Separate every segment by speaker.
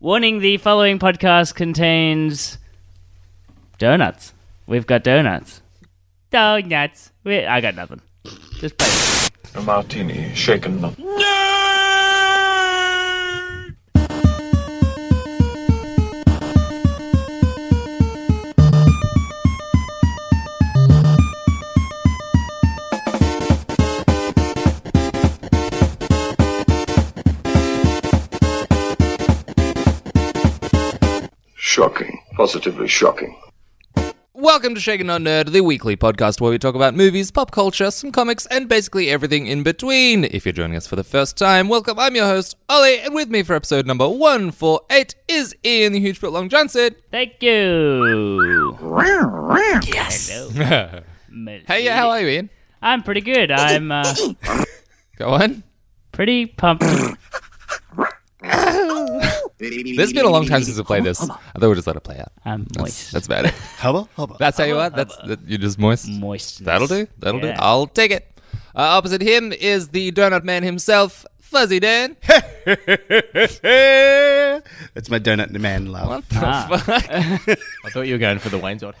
Speaker 1: Warning the following podcast contains donuts. We've got donuts. Donuts. We- I got nothing. Just play.
Speaker 2: A martini, shaken, not Shocking. Positively shocking.
Speaker 3: Welcome to Shaken Not Nerd, the weekly podcast where we talk about movies, pop culture, some comics, and basically everything in between. If you're joining us for the first time, welcome. I'm your host, Ollie, and with me for episode number 148 is Ian the Huge Foot Long Johnson.
Speaker 1: Thank you. Yes.
Speaker 3: Hey, yeah, how are you, Ian?
Speaker 1: I'm pretty good. I'm uh,
Speaker 3: Go on.
Speaker 1: pretty pumped.
Speaker 3: This has been a long time since I played this. I thought we'd just let it play out.
Speaker 1: I'm moist.
Speaker 3: That's about it.
Speaker 4: Hubba, hubba.
Speaker 3: That's how you are. That's that, you're just moist.
Speaker 1: moist.
Speaker 3: That'll do. That'll do.
Speaker 1: Yeah.
Speaker 3: I'll take it. Uh, opposite him is the donut man himself, Fuzzy Dan.
Speaker 4: That's my donut man love.
Speaker 5: I thought you were going for the Wayne's World.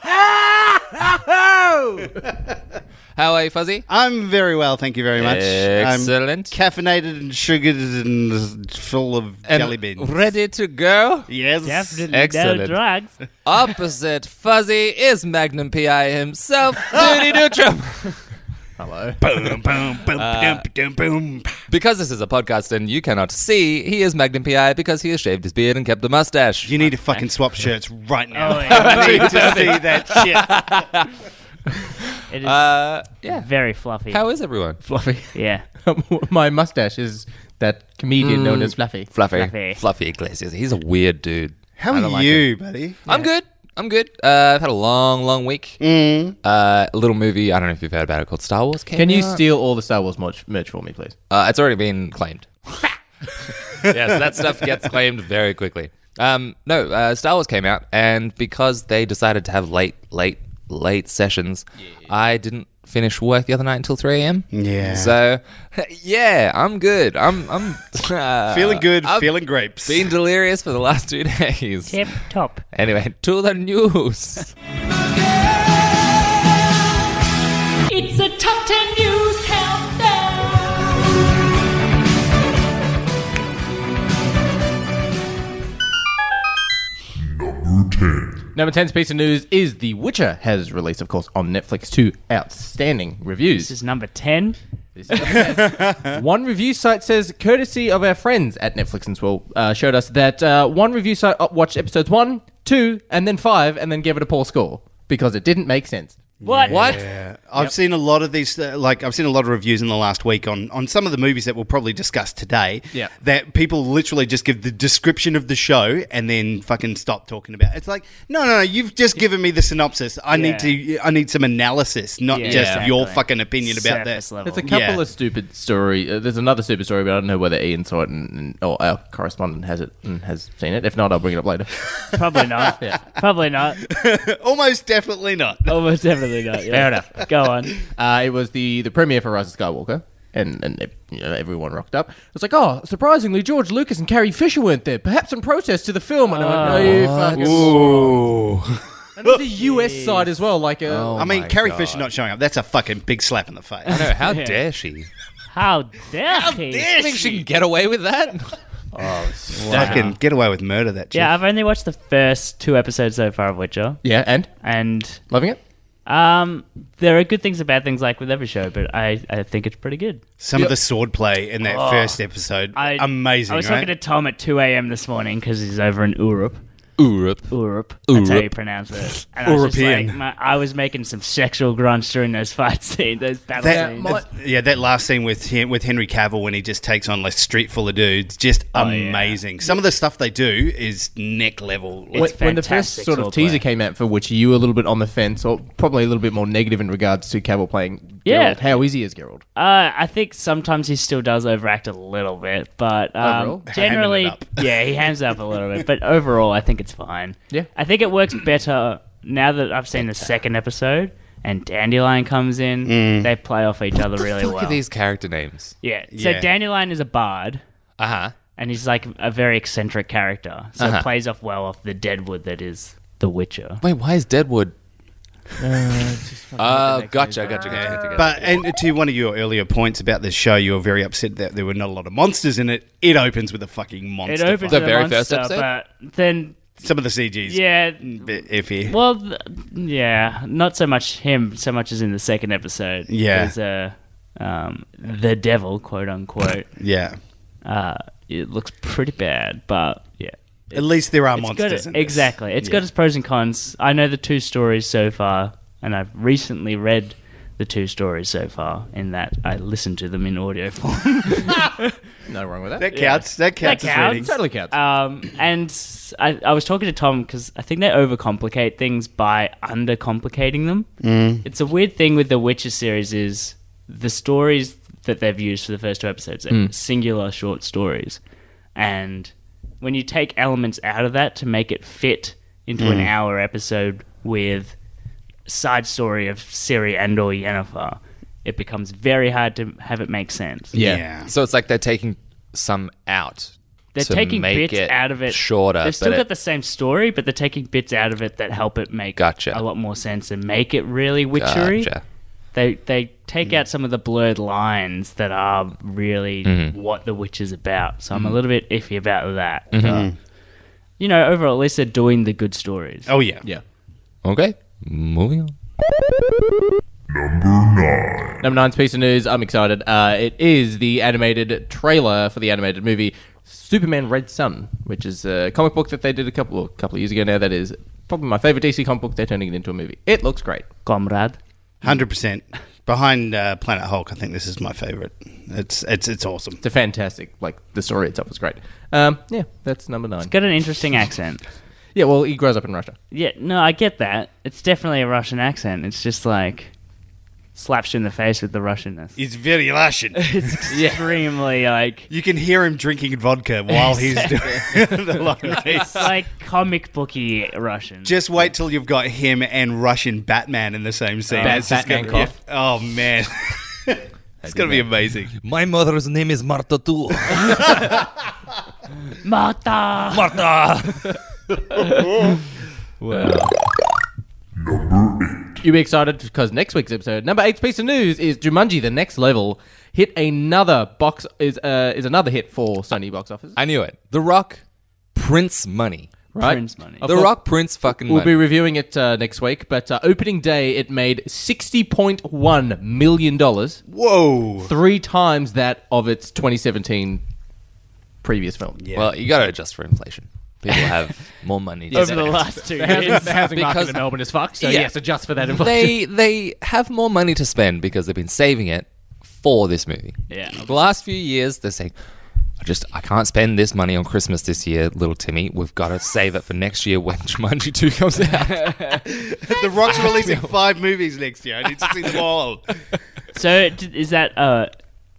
Speaker 3: How are you, Fuzzy?
Speaker 4: I'm very well, thank you very much. I'm
Speaker 3: Excellent.
Speaker 4: caffeinated and sugared and full of
Speaker 3: And
Speaker 4: jelly beans.
Speaker 3: Ready to go?
Speaker 4: Yes.
Speaker 1: Definitely no
Speaker 3: Excellent.
Speaker 1: drugs.
Speaker 3: Opposite Fuzzy is Magnum PI himself, Doody Dootrum.
Speaker 4: Boom, boom, boom,
Speaker 3: Uh,
Speaker 4: boom, boom, boom.
Speaker 3: Because this is a podcast and you cannot see, he is Magnum PI because he has shaved his beard and kept a mustache.
Speaker 4: You need to fucking swap shirts right now.
Speaker 1: Oh, yeah.
Speaker 4: I need to see that shit.
Speaker 1: It is
Speaker 3: Uh, yeah.
Speaker 1: very fluffy.
Speaker 3: How is everyone?
Speaker 5: Fluffy.
Speaker 1: yeah.
Speaker 5: My mustache is that comedian known
Speaker 1: Mm.
Speaker 5: as Fluffy.
Speaker 3: Fluffy.
Speaker 1: Fluffy.
Speaker 3: Fluffy Iglesias. He's a weird dude.
Speaker 4: How
Speaker 3: I don't
Speaker 4: are
Speaker 3: like him.
Speaker 4: you, buddy?
Speaker 3: I'm good. I'm good. Uh, I've had a long, long week.
Speaker 4: Mm.
Speaker 3: Uh, a little movie. I don't know if you've heard about it called Star Wars. Came
Speaker 5: Can you
Speaker 3: out.
Speaker 5: steal all the Star Wars merch, merch for me, please?
Speaker 3: Uh, it's already been claimed. yes, that stuff gets claimed very quickly. Um, no, uh, Star Wars came out, and because they decided to have late, late, late sessions, I didn't finish work the other night until 3 a.m.
Speaker 4: Yeah.
Speaker 3: So, yeah, I'm good. I'm, I'm uh,
Speaker 4: feeling good,
Speaker 3: I've
Speaker 4: feeling grapes.
Speaker 3: been delirious for the last two days.
Speaker 1: Tip top.
Speaker 3: Anyway, to the news.
Speaker 6: It's a top 10 news countdown.
Speaker 5: Number 10's piece of news is The Witcher has released, of course, on Netflix to outstanding reviews.
Speaker 1: This is number 10.
Speaker 5: one review site says, courtesy of our friends at Netflix and Swell, uh, showed us that uh, one review site up- watched episodes one, two, and then five, and then gave it a poor score because it didn't make sense.
Speaker 1: What?
Speaker 3: What?
Speaker 4: Yeah. I've seen a lot of these, uh, like I've seen a lot of reviews in the last week on, on some of the movies that we'll probably discuss today.
Speaker 5: Yeah.
Speaker 4: that people literally just give the description of the show and then fucking stop talking about. it. It's like, no, no, no, you've just given me the synopsis. I need to, I need some analysis, not
Speaker 1: Yeah,
Speaker 4: just your
Speaker 1: exactly.
Speaker 4: fucking opinion about
Speaker 1: Surface
Speaker 4: that.
Speaker 1: level.
Speaker 5: There's a couple
Speaker 4: Yeah.
Speaker 5: of stupid story. Uh, there's another stupid story, but I don't know whether Ian saw it and, and or our correspondent has it and has seen it. If not, I'll bring it up later.
Speaker 1: Probably not. Probably not.
Speaker 4: Almost definitely not.
Speaker 1: Almost definitely not. Yeah.
Speaker 5: Fair enough.
Speaker 1: Go on.
Speaker 5: Uh, it was the the premiere for Rise of Skywalker, and and it- you know, everyone rocked up. It's like, oh, surprisingly, George Lucas and Carrie Fisher weren't there, perhaps in protest to the film. And
Speaker 1: Ah.
Speaker 5: I'm like, no, you fucking. And it's a US side as well, like uh, a.
Speaker 4: I mean, Carrie Fisher not showing up—that's a fucking big slap in the face.
Speaker 3: No, how dare she?
Speaker 1: How dare he?
Speaker 3: I think she can get away with that.
Speaker 4: Fucking get away with murder, that chick.
Speaker 1: Yeah, I've only watched the first two episodes so far of Witcher,
Speaker 5: Yeah, and
Speaker 1: and
Speaker 5: loving it.
Speaker 1: um, there are good things and bad things like with every show, but I, I think it's pretty good.
Speaker 4: Some of the swordplay in that first episode,
Speaker 1: Oh, I,
Speaker 4: amazing.
Speaker 1: I was
Speaker 4: right?
Speaker 1: talking to Tom at 2 a.m. this morning because he's over in Europe.
Speaker 3: Urup.
Speaker 1: Europe. That's how you
Speaker 3: Urup.
Speaker 1: pronounce it. And I was just
Speaker 4: European.
Speaker 1: like, my- I was making some sexual grunts during those fight scenes, those battle
Speaker 4: That,
Speaker 1: scenes.
Speaker 4: that- yeah, that last scene with him, with Henry Cavill when he just takes on like street full of dudes, just
Speaker 1: Oh,
Speaker 4: amazing. Some of the stuff they do is neck level.
Speaker 1: It's
Speaker 5: when, when the first
Speaker 1: fantastic
Speaker 5: sort of
Speaker 1: swordplay.
Speaker 5: teaser came out for which you were a little bit on the fence, or probably a little bit more negative in regards to Cavill playing
Speaker 1: Yeah.
Speaker 5: Geralt. How is he as Geralt?
Speaker 1: Uh, I think sometimes he still does overact a little bit, but um,
Speaker 5: Overall?
Speaker 1: generally,
Speaker 4: Hamming it up.
Speaker 1: yeah, he hams it up a little bit. But overall, I think it's fine.
Speaker 5: Yeah.
Speaker 1: I think it works better now that I've seen the second episode and Dandelion comes in.
Speaker 3: Mm.
Speaker 1: They play off each other really
Speaker 3: Look
Speaker 1: well.
Speaker 3: at these character names.
Speaker 1: Yeah, so
Speaker 4: Yeah.
Speaker 1: Dandelion is a bard,
Speaker 5: Uh-huh.
Speaker 3: Uh huh.
Speaker 1: and he's like a very eccentric character, so
Speaker 3: Uh-huh.
Speaker 1: it plays off well off the Deadwood that is The Witcher.
Speaker 3: Wait, why is Deadwood? Uh, gotcha, gotcha, gotcha, gotcha, gotcha.
Speaker 4: But and to one of your earlier points about this show, you were very upset that there were not a lot of monsters in it. It opens with a fucking
Speaker 1: It
Speaker 4: monster.
Speaker 1: opens
Speaker 4: fight.
Speaker 3: The
Speaker 1: with a
Speaker 3: very
Speaker 1: monster,
Speaker 3: first episode?
Speaker 1: but then
Speaker 4: Some of the Mm, CG's
Speaker 1: yeah,
Speaker 4: a bit iffy.
Speaker 1: well, th- yeah, not so much him, so much as in the second episode.
Speaker 4: Yeah.
Speaker 1: there's a um, the devil, quote unquote.
Speaker 4: yeah.
Speaker 1: uh, it looks pretty bad, but yeah.
Speaker 4: At least there are
Speaker 1: It's got
Speaker 4: monsters.
Speaker 1: it-
Speaker 4: in this.
Speaker 1: exactly. It's got its pros and cons. I know the two stories so far, and I've recently read the two stories so far. In that, I listened to them in audio form.
Speaker 5: No wrong with that.
Speaker 4: That counts. That counts.
Speaker 1: That
Speaker 4: as
Speaker 1: counts.
Speaker 4: reading.
Speaker 5: totally counts.
Speaker 1: um, and I, I was talking to Tom because I think they overcomplicate things by undercomplicating them. It's a weird thing with the Witcher series is the stories that they've used for the first two episodes are singular short stories, and when you take elements out of that to make it fit into an hour episode with side story of Siri and or Yennefer, it becomes very hard to have it make sense.
Speaker 4: Yeah.
Speaker 3: So it's like they're taking some out.
Speaker 1: They're
Speaker 3: to
Speaker 1: taking
Speaker 3: make
Speaker 1: bits
Speaker 3: it
Speaker 1: out of it.
Speaker 3: shorter.
Speaker 1: They've still
Speaker 3: but
Speaker 1: got
Speaker 3: it-
Speaker 1: the same story, but they're taking bits out of it that help it make
Speaker 3: Gotcha.
Speaker 1: a lot more sense and make it really
Speaker 3: Uh,
Speaker 1: witchery.
Speaker 3: Gotcha. Mm.
Speaker 1: They they take out some of the blurred lines that are really
Speaker 3: Mm-hmm.
Speaker 1: what the witch is about. So
Speaker 3: Mm.
Speaker 1: I'm a little bit iffy about that.
Speaker 3: Mm-hmm.
Speaker 1: But, you know, overall, at least they're doing the good stories.
Speaker 4: Oh yeah.
Speaker 5: Yeah.
Speaker 3: Okay, moving on.
Speaker 5: Number nine's piece of news. I'm excited. Uh, it is the animated trailer for the animated movie Superman Red Sun, which is a comic book that they did a couple well, a couple of years ago. Now that is probably my favorite DC comic book. They're turning it into a movie. It looks great.
Speaker 1: Comrade.
Speaker 4: Hundred percent behind uh, Planet Hulk. I think this is my favorite. It's it's it's awesome.
Speaker 5: It's a fantastic. Like the story itself is great. Um, yeah, that's number nine.
Speaker 1: Got an interesting accent.
Speaker 5: Yeah, well, he grows up in Russia.
Speaker 1: Yeah, no, I get that. It's definitely a Russian accent. It's just like slaps you in the face with the Russianness.
Speaker 4: It's very Russian.
Speaker 1: It's extremely like
Speaker 4: You can hear him drinking vodka while he's doing the line reads.
Speaker 1: It's like comic booky Russian.
Speaker 4: Just wait till you've got him and Russian Batman in the same scene.
Speaker 5: Bat-
Speaker 4: It's just
Speaker 5: Batman
Speaker 4: gonna-
Speaker 5: cough.
Speaker 4: Oh man, it's gonna be amazing.
Speaker 3: My mother's name is Marta too.
Speaker 1: Mata.
Speaker 3: Marta.
Speaker 5: You'll be excited because next week's episode, number eight piece of news, is Jumanji: The Next Level hit another box is uh, is another hit for Sony box office.
Speaker 3: I knew it. The Rock prints money.
Speaker 5: Right?
Speaker 1: Prince money.
Speaker 5: Of
Speaker 3: The
Speaker 5: course-
Speaker 3: Rock prints fucking
Speaker 5: We'll
Speaker 3: money.
Speaker 5: be reviewing it uh, next week, but uh, opening day it made sixty point one million dollars,
Speaker 4: Whoa.
Speaker 5: three times that of its twenty seventeen previous film. Yeah,
Speaker 3: Well, you got to adjust for inflation. People have more money. to
Speaker 1: Over the
Speaker 3: spend.
Speaker 1: last two
Speaker 5: housing,
Speaker 1: years.
Speaker 5: the housing market
Speaker 3: Because-
Speaker 5: in Melbourne is fucked, so
Speaker 3: Yeah.
Speaker 5: yes, adjust for that inflation.
Speaker 3: they they have more money to spend because they've been saving it for this movie.
Speaker 1: Yeah.
Speaker 3: The last few years they're saying I just I can't spend this money on Christmas this year, little Timmy. We've got to save it for next year when Jumanji 2 comes out.
Speaker 4: The Rock's releasing five movies next year. I need to see them all.
Speaker 1: So d- is that uh,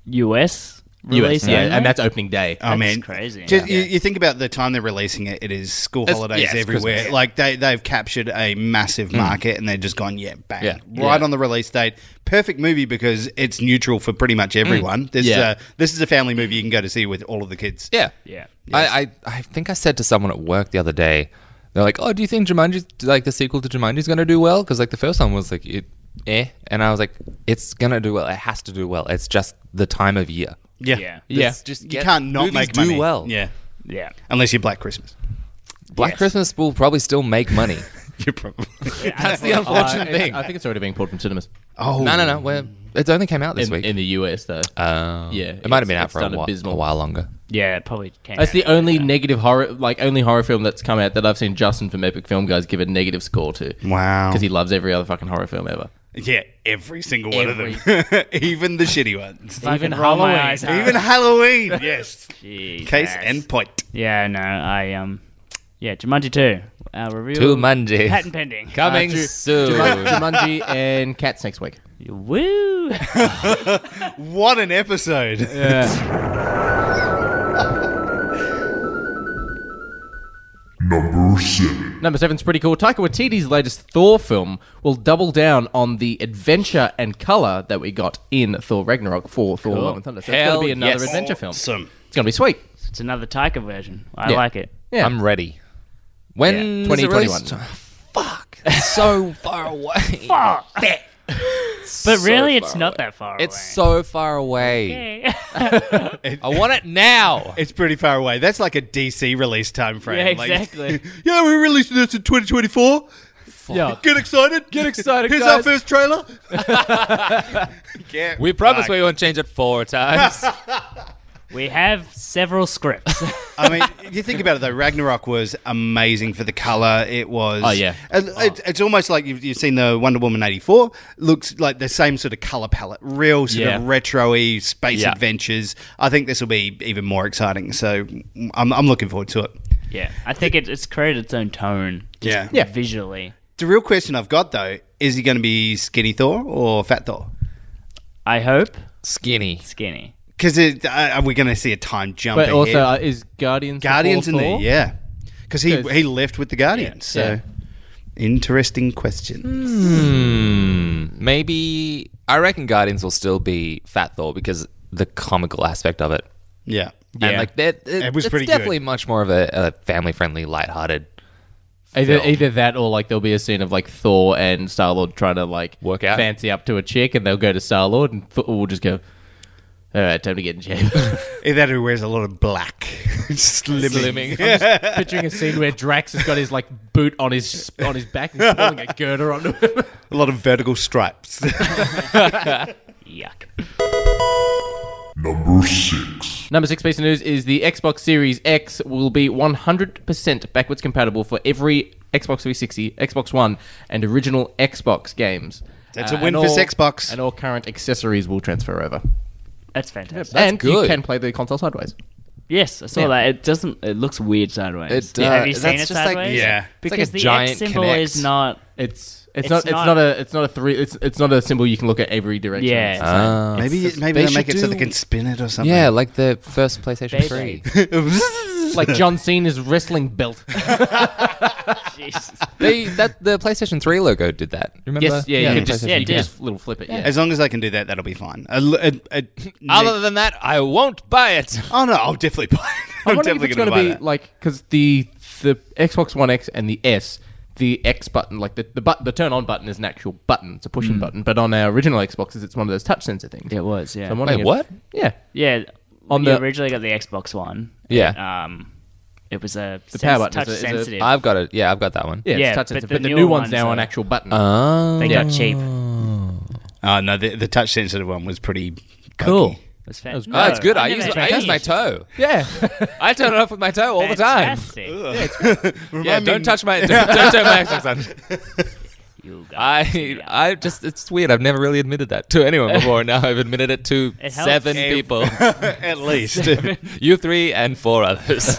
Speaker 1: US release?
Speaker 5: US, yeah,
Speaker 1: only?
Speaker 5: and that's opening day.
Speaker 4: I mean,
Speaker 1: crazy.
Speaker 4: Just, you, you think about the time they're releasing it. It is school
Speaker 3: It's-
Speaker 4: holidays
Speaker 3: yeah, it's
Speaker 4: everywhere.
Speaker 3: Christmas.
Speaker 4: Like they they've captured a massive market and they're just gone. Yeah, bang!
Speaker 3: Yeah.
Speaker 4: Right on the release date. Perfect movie because it's neutral for pretty
Speaker 3: Mm.
Speaker 4: much everyone. This
Speaker 5: Yeah.
Speaker 4: uh, this is a family movie you can go to see with all of the kids.
Speaker 3: yeah.
Speaker 1: Yeah.
Speaker 3: I, I I think I said to someone at work the other day, they're like, "Oh, do you think Jumanji's like the sequel to Jumanji's going to do well?" Because like the first one was like it, eh, and I was like, "It's going to do well. It has to do well. It's just the time of year.
Speaker 4: Yeah,
Speaker 1: Yeah.
Speaker 5: Yeah.
Speaker 3: It's just
Speaker 4: You
Speaker 3: get-
Speaker 4: can't not
Speaker 3: movies
Speaker 4: make
Speaker 3: do
Speaker 4: money.
Speaker 3: well.
Speaker 4: Yeah,
Speaker 1: Yeah.
Speaker 4: unless you're Black Christmas.
Speaker 3: Black Christmas will probably still make money.
Speaker 4: You're probably.
Speaker 1: That's
Speaker 3: the
Speaker 5: Uh,
Speaker 3: unfortunate
Speaker 5: it's- I think it's already being pulled from cinemas
Speaker 4: oh
Speaker 3: No, no, no. We're, it only came out this
Speaker 5: in,
Speaker 3: week.
Speaker 5: in the US, though.
Speaker 3: Oh.
Speaker 5: Yeah,
Speaker 3: it might have been
Speaker 5: it's-
Speaker 3: out
Speaker 5: it's
Speaker 3: for a
Speaker 5: done
Speaker 3: while,
Speaker 5: abysmal.
Speaker 3: a while longer.
Speaker 1: Yeah, it probably came.
Speaker 5: That's
Speaker 1: out
Speaker 5: the
Speaker 1: after
Speaker 5: only
Speaker 1: that.
Speaker 5: negative horror, like only horror film that's come out that I've seen Justin from Epic Film Guys give a negative score to.
Speaker 4: Wow.
Speaker 5: because he loves every other fucking horror film ever.
Speaker 4: Yeah, every single one of them, even the shitty ones,
Speaker 1: Even roll
Speaker 5: Halloween.
Speaker 1: my eyes out.
Speaker 4: even Halloween. Yes,
Speaker 1: Jeez,
Speaker 4: case
Speaker 1: yes.
Speaker 4: and point.
Speaker 1: Yeah, no, I um, yeah, Jumanji two. Our review.
Speaker 3: Jumanji.
Speaker 1: Patent pending.
Speaker 3: Coming
Speaker 5: Ju-
Speaker 4: uh,
Speaker 3: soon.
Speaker 5: Uh, Jumanji and Cats next week.
Speaker 1: Woo.
Speaker 4: What an episode!
Speaker 5: Number seven's pretty cool. Taika Waititi's latest Thor film will double down on the adventure and color that we got in Thor Ragnarok for Thor Love and Thunder. So it's
Speaker 3: Hell
Speaker 5: going to be
Speaker 3: yes.
Speaker 5: another adventure film. It's
Speaker 4: Awesome.
Speaker 5: going to be sweet.
Speaker 1: It's another Taika version. I
Speaker 5: Yeah.
Speaker 1: like it.
Speaker 5: Yeah.
Speaker 3: I'm ready. When
Speaker 1: Yeah.
Speaker 3: is it
Speaker 5: 2021.
Speaker 3: released? Fuck. It's so far away. Fuck.
Speaker 1: But really, it's not that far
Speaker 3: It's
Speaker 1: away.
Speaker 3: so far away.
Speaker 1: It's so.
Speaker 3: I want it now.
Speaker 4: It's pretty far away. That's like a DC release time frame.
Speaker 1: Yeah,
Speaker 4: Like-
Speaker 1: exactly.
Speaker 4: yeah, we're releasing this in 2024.
Speaker 5: Yeah.
Speaker 4: Get excited.
Speaker 5: Get excited,
Speaker 4: Here's our
Speaker 5: guys.
Speaker 4: first trailer. Get
Speaker 3: We promise
Speaker 4: fucked.
Speaker 3: we won't change it four times.
Speaker 1: we have several scripts.
Speaker 4: I mean, if you think about it though, Ragnarok was amazing for the color. It was.
Speaker 5: Oh, yeah.
Speaker 4: And It, it's almost like you've, you've seen the Wonder Woman eighty four. Looks like the same sort of color palette, real sort
Speaker 5: Yeah.
Speaker 4: of retro-y space
Speaker 5: Yeah.
Speaker 4: adventures. I think this will be even more exciting. So I'm, I'm looking forward to it.
Speaker 1: yeah, I think it, it's created its own tone. just
Speaker 4: Yeah.
Speaker 5: Yeah.
Speaker 1: Visually,
Speaker 4: The real question I've got though is he going to be skinny Thor or fat Thor?
Speaker 1: I hope
Speaker 3: Skinny.
Speaker 1: skinny.
Speaker 4: Because uh, are we going to see a time jump?
Speaker 5: But also,
Speaker 4: ahead?
Speaker 5: uh, is Guardians
Speaker 4: Guardians in
Speaker 5: before
Speaker 4: there,
Speaker 5: Thor?
Speaker 4: yeah. Because he
Speaker 5: 'Cause-
Speaker 4: he left with the Guardians, so.
Speaker 5: yeah.
Speaker 4: Interesting question.
Speaker 3: Maybe I reckon Guardians will still be Fat Thor because the comical aspect of it.
Speaker 4: Yeah.
Speaker 3: And like that,
Speaker 4: It was
Speaker 3: it's
Speaker 4: pretty good.
Speaker 3: definitely much more of a, a family-friendly, light-hearted
Speaker 5: Either,
Speaker 3: film.
Speaker 5: either that or like there'll be a scene of like Thor and Star Lord trying to like
Speaker 3: Work out.
Speaker 5: fancy up to a chick, and they'll go to Star Lord, and Thor will just go, "All right, time to get in shape."
Speaker 4: Either that who wears a lot of black.
Speaker 3: Slimming.
Speaker 4: Slimming.
Speaker 5: Picturing a scene where Drax has got his like boot on his on his back and he's pulling a girder onto him.
Speaker 4: A lot of vertical stripes.
Speaker 1: Yuck.
Speaker 7: Number six.
Speaker 5: Number six piece of news is the Xbox Series X will be 100% backwards compatible for every Xbox 360, Xbox One, and original Xbox games. Uh,
Speaker 4: That's a
Speaker 5: and
Speaker 4: win for
Speaker 5: all-
Speaker 4: Xbox.
Speaker 5: And all current accessories will transfer over.
Speaker 1: That's fantastic.
Speaker 5: and
Speaker 3: good.
Speaker 5: you can play the console sideways.
Speaker 1: Yes, I saw
Speaker 5: Yeah.
Speaker 1: that. It doesn't. It looks weird sideways.
Speaker 3: It
Speaker 1: Yeah, Have you
Speaker 3: does.
Speaker 1: seen
Speaker 3: That's
Speaker 1: it
Speaker 3: just like-
Speaker 1: sideways?
Speaker 4: yeah.
Speaker 3: It's like a
Speaker 1: Because the
Speaker 3: giant
Speaker 1: X symbol
Speaker 3: Kinect.
Speaker 1: is not.
Speaker 5: It's it's,
Speaker 1: It's
Speaker 5: not, it's
Speaker 1: not-
Speaker 5: not a it's not a three it's it's not a symbol you can look at every direction.
Speaker 1: Yeah.
Speaker 5: It's-
Speaker 3: Ah.
Speaker 4: maybe
Speaker 3: It's-
Speaker 4: maybe
Speaker 3: they
Speaker 4: they make
Speaker 3: should
Speaker 4: it so they
Speaker 3: do-
Speaker 4: can spin it or something.
Speaker 3: Yeah, like the first PlayStation
Speaker 1: They-
Speaker 3: 3.
Speaker 5: it's like John Cena's wrestling belt.
Speaker 1: Jesus.
Speaker 3: they that the PlayStation 3 logo did that. Remember?
Speaker 5: yes, yeah, you can just
Speaker 3: PlayStation
Speaker 5: yeah, you
Speaker 3: 3.
Speaker 5: can just little flip it. Yeah.
Speaker 4: As long as they can do that, that'll be fine. A l- a- a-
Speaker 3: Other than that, I won't buy it.
Speaker 4: oh no, I'll definitely buy it.
Speaker 5: I'm
Speaker 4: I'm
Speaker 5: wondering if
Speaker 4: definitely
Speaker 5: it's
Speaker 4: going
Speaker 5: going
Speaker 4: to
Speaker 5: to
Speaker 4: buy
Speaker 5: be
Speaker 4: that.
Speaker 5: like because the the Xbox One X and the S, the X button, like the the, but, the turn on button is an actual button. It's a pushing button. But on our original Xboxes, it's one of those touch sensor things.
Speaker 1: It was. Yeah.
Speaker 5: So I'm wondering
Speaker 3: Wait, what?
Speaker 5: if- Yeah,
Speaker 1: yeah. On
Speaker 5: On
Speaker 1: you
Speaker 5: the-
Speaker 1: originally got the Xbox One.
Speaker 3: Yeah.
Speaker 1: Um, it was a
Speaker 5: The
Speaker 1: the
Speaker 5: power
Speaker 1: power
Speaker 5: button
Speaker 1: touch
Speaker 5: is a- is a-
Speaker 1: sensitive.
Speaker 3: I've got it. Yeah, I've got that one.
Speaker 5: yeah,
Speaker 1: Yeah,
Speaker 5: it's touch
Speaker 1: but
Speaker 5: sensor.
Speaker 1: the
Speaker 5: But the,
Speaker 1: newer
Speaker 5: new one's
Speaker 1: ones
Speaker 5: now
Speaker 1: are-
Speaker 5: an actual button.
Speaker 3: Oh.
Speaker 1: they got cheap.
Speaker 4: Oh no, the, the touch sensitive one was pretty
Speaker 5: cool.
Speaker 1: It's fan-
Speaker 5: was
Speaker 1: No,
Speaker 5: great.
Speaker 3: Oh, it's good. I
Speaker 1: never
Speaker 3: use, my, I
Speaker 1: tried
Speaker 3: use my
Speaker 1: it.
Speaker 3: toe.
Speaker 5: Yeah,
Speaker 3: I turn it off with my toe all the time.
Speaker 1: Fantastic.
Speaker 3: Yeah,
Speaker 4: Remind me-
Speaker 3: don't touch my don't, don't touch my Xbox. on.
Speaker 1: You guys.
Speaker 3: I
Speaker 1: Yeah.
Speaker 3: I just it's weird. I've never really admitted that to anyone before. Now I've admitted it to
Speaker 1: It helps.
Speaker 3: seven
Speaker 1: Ev-
Speaker 3: people,
Speaker 4: at least.
Speaker 3: you three and four others.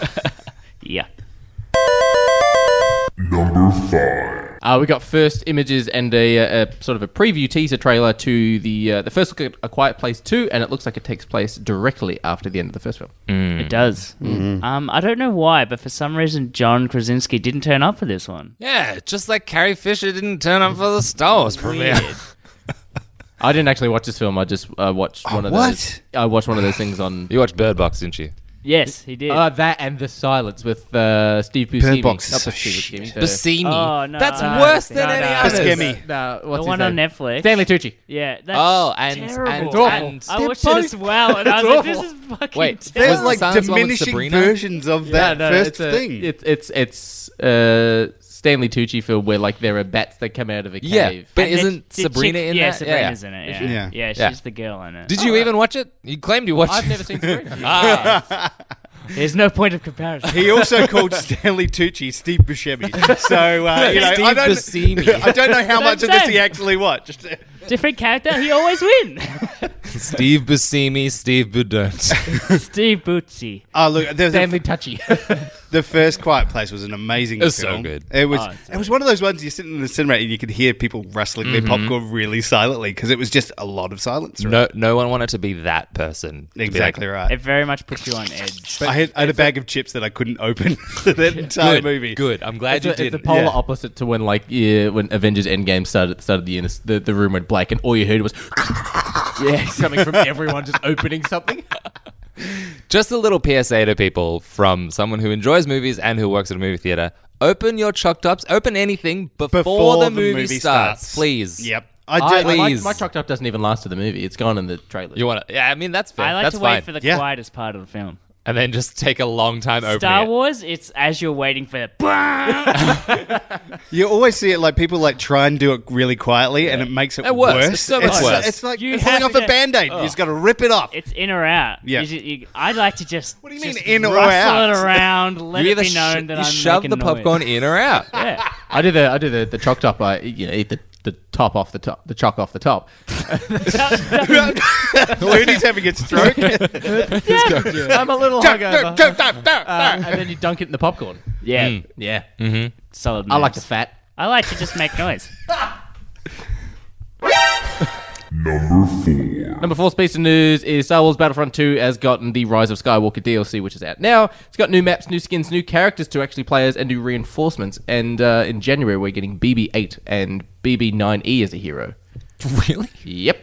Speaker 1: yeah.
Speaker 7: Number five.
Speaker 5: uh, we got first images and a, a, a sort of a preview teaser trailer to the uh, the first look at A Quiet Place Two, and it looks like it takes place directly after the end of the first film.
Speaker 1: It does.
Speaker 3: Mm-hmm.
Speaker 1: Um, I don't know why, but for some reason, John Krasinski didn't turn up for this one.
Speaker 3: yeah, just like Carrie Fisher didn't turn up for the Star Wars premiere.
Speaker 5: I didn't actually watch this film. I just uh, watched one of
Speaker 4: what?
Speaker 5: those. I watched one of those things on
Speaker 3: You watched Bird Box, didn't you?
Speaker 1: Yes, he did.
Speaker 5: Uh, that and the silence with uh, Steve Buscemi.
Speaker 4: Bird Box is
Speaker 5: Not
Speaker 4: so
Speaker 5: Steve
Speaker 4: shit.
Speaker 5: Buscemi. the-
Speaker 3: Bassini.
Speaker 1: Oh, no,
Speaker 3: That's
Speaker 1: no,
Speaker 3: worse
Speaker 1: no,
Speaker 3: than
Speaker 1: no,
Speaker 3: any
Speaker 1: no.
Speaker 3: others.
Speaker 4: Buscemi.
Speaker 5: no,
Speaker 1: the
Speaker 5: what's his
Speaker 1: one on
Speaker 5: name?
Speaker 1: Netflix.
Speaker 5: Stanley Tucci.
Speaker 1: Yeah. That's
Speaker 3: Oh, and-
Speaker 1: terrible.
Speaker 3: and it's awful.
Speaker 1: And I
Speaker 4: They're
Speaker 1: watched it as
Speaker 4: both-
Speaker 1: well, and I
Speaker 4: It's
Speaker 1: was like, "This
Speaker 4: awful.
Speaker 1: is fucking."
Speaker 3: Wait,
Speaker 1: terrible.
Speaker 4: There's
Speaker 3: Wasn't
Speaker 4: like
Speaker 3: Sans one with
Speaker 4: diminishing
Speaker 3: Sabrina?
Speaker 4: versions of that first
Speaker 5: it's a-
Speaker 4: thing.
Speaker 5: It's it's it's uh, Stanley Tucci film where like there are bats that come out of a
Speaker 3: Yeah,
Speaker 5: cave.
Speaker 3: but-
Speaker 1: And the-
Speaker 3: isn't
Speaker 1: the
Speaker 3: Sabrina
Speaker 1: chick-
Speaker 3: in
Speaker 1: yeah,
Speaker 3: that? Yeah,
Speaker 1: Sabrina's
Speaker 3: yeah.
Speaker 1: in it.
Speaker 5: Is
Speaker 1: Yeah,
Speaker 5: she?
Speaker 1: yeah,
Speaker 4: Yeah.
Speaker 1: she's
Speaker 3: Yeah.
Speaker 1: the girl in it.
Speaker 3: Did you even watch it? You claimed you watched
Speaker 5: I've
Speaker 3: it.
Speaker 5: never seen Sabrina.
Speaker 1: There's no point of comparison.
Speaker 4: He also called Stanley Tucci Steve Buscemi. So uh, you know,
Speaker 3: Steve
Speaker 4: I don't,
Speaker 3: Buscemi.
Speaker 4: I don't know how much
Speaker 1: That's
Speaker 4: of
Speaker 1: what I'm
Speaker 4: this he
Speaker 1: saying.
Speaker 4: actually watched.
Speaker 1: Different character, he always wins.
Speaker 3: Steve Buscemi, Steve Budont.
Speaker 1: Steve Bootsy.
Speaker 4: Oh look, there's a-
Speaker 5: Stanley Tucci.
Speaker 4: the first Quiet Place was an amazing. It
Speaker 3: was so
Speaker 4: film.
Speaker 3: good.
Speaker 4: It was.
Speaker 1: Oh, it's
Speaker 4: it was one of those ones you sit in the cinema and you could hear people rustling their popcorn really silently because it was just a lot of silence. around.
Speaker 3: Mm-hmm. no, no one wanted to be that person. To be like,
Speaker 4: exactly right.
Speaker 1: It very much puts you on edge.
Speaker 4: I had, I had a bag of chips that I couldn't open for that entire
Speaker 3: good
Speaker 4: movie.
Speaker 3: Good. I'm glad
Speaker 5: It's,
Speaker 3: you
Speaker 5: a- it's
Speaker 3: did.
Speaker 5: the polar
Speaker 4: Yeah.
Speaker 5: opposite to when like yeah, when Avengers Endgame started at the start of the year, and it's- the, the room went black, and all you heard was
Speaker 1: Yes.
Speaker 5: coming from everyone just opening something.
Speaker 3: Just a little PSA to people from someone who enjoys movies and who works at a movie theater. Open your choc tops, open anything before, the, movie, starts, please.
Speaker 4: Yep.
Speaker 5: I,
Speaker 4: I do.
Speaker 5: my-
Speaker 3: please.
Speaker 5: My, chopped up doesn't even last to the movie. It's gone in the trailer.
Speaker 3: You want to? Yeah, I mean that's fair.
Speaker 1: I like
Speaker 3: that's
Speaker 1: to
Speaker 3: fine.
Speaker 1: wait for the
Speaker 4: Yeah.
Speaker 1: quietest part of the film.
Speaker 3: and then just take a long time opening.
Speaker 1: Star
Speaker 3: it.
Speaker 1: Wars, it's as you're waiting for the.
Speaker 4: You always see it like people like try and do it really quietly, and it makes it,
Speaker 3: It works.
Speaker 4: worse.
Speaker 3: It's so much
Speaker 4: it's,
Speaker 3: worse.
Speaker 4: It's like
Speaker 1: You
Speaker 4: you pulling
Speaker 1: have
Speaker 4: off a
Speaker 1: to- Oh.
Speaker 4: band aid. You just got to rip it off.
Speaker 1: It's in or out.
Speaker 4: Yeah.
Speaker 1: You ju- you- I like to just. What
Speaker 4: do you mean,
Speaker 1: just
Speaker 4: in or
Speaker 1: rustle
Speaker 4: out?
Speaker 1: it around. Let
Speaker 3: You
Speaker 1: it
Speaker 3: either
Speaker 1: be known
Speaker 3: sh-
Speaker 1: that I'm
Speaker 3: you shove
Speaker 1: making
Speaker 3: the
Speaker 1: noise.
Speaker 3: popcorn in or out.
Speaker 1: Yeah.
Speaker 5: I do the I do the, the choc top. I you know, eat the, the top off the top, the chalk off the top.
Speaker 4: Looney's having its stroke.
Speaker 5: I'm a little hungover. Uh, and then you dunk it in the popcorn.
Speaker 1: Yeah.
Speaker 5: Yeah,
Speaker 1: Solid.
Speaker 5: Hmm. I like the
Speaker 1: moves.
Speaker 5: fat.
Speaker 1: I like to just make noise.
Speaker 7: Number four.
Speaker 5: Number four's piece of news is Star Wars Battlefront 2 has gotten the Rise of Skywalker DLC, which is out now. It's got new maps, new skins, new characters to actually play as, and new reinforcements. And uh, in January, we're getting BB 8 and BB 9E E as a hero.
Speaker 3: Really?
Speaker 5: Yep.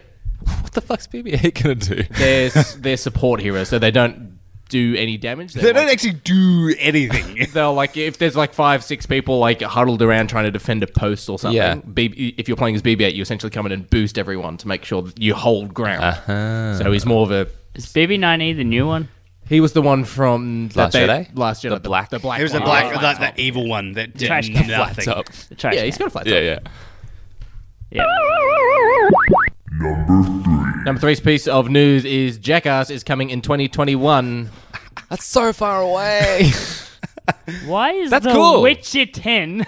Speaker 3: What the fuck's BB-8 gonna do?
Speaker 5: They're, s- they're support heroes, so they don't do any damage.
Speaker 4: they don't
Speaker 5: like-
Speaker 4: actually do anything.
Speaker 5: They'll like if there's like five, six people like huddled around trying to defend a post or something.
Speaker 3: Yeah.
Speaker 5: BB, if you're playing as BB-8, you essentially come in and boost everyone to make sure that you hold ground.
Speaker 3: Uh-huh.
Speaker 5: So he's more of a.
Speaker 1: Is BB9E the new one?
Speaker 5: He was the one from that
Speaker 3: Last
Speaker 5: they-
Speaker 3: Jedi?
Speaker 5: Last Jedi, the,
Speaker 3: black-
Speaker 5: the black.
Speaker 4: It was the
Speaker 5: one.
Speaker 4: black, like the evil one that did
Speaker 1: Trash can.
Speaker 4: nothing.
Speaker 3: Top.
Speaker 1: The trash
Speaker 5: Yeah, he's
Speaker 1: can.
Speaker 5: got a flat.
Speaker 3: Yeah,
Speaker 5: top.
Speaker 3: yeah.
Speaker 1: Yeah.
Speaker 7: Number three.
Speaker 5: Number three's piece of news is Jackass is coming in 2021.
Speaker 3: That's so far away.
Speaker 1: Why is
Speaker 3: That's
Speaker 1: the
Speaker 3: cool.
Speaker 1: Witcher 10?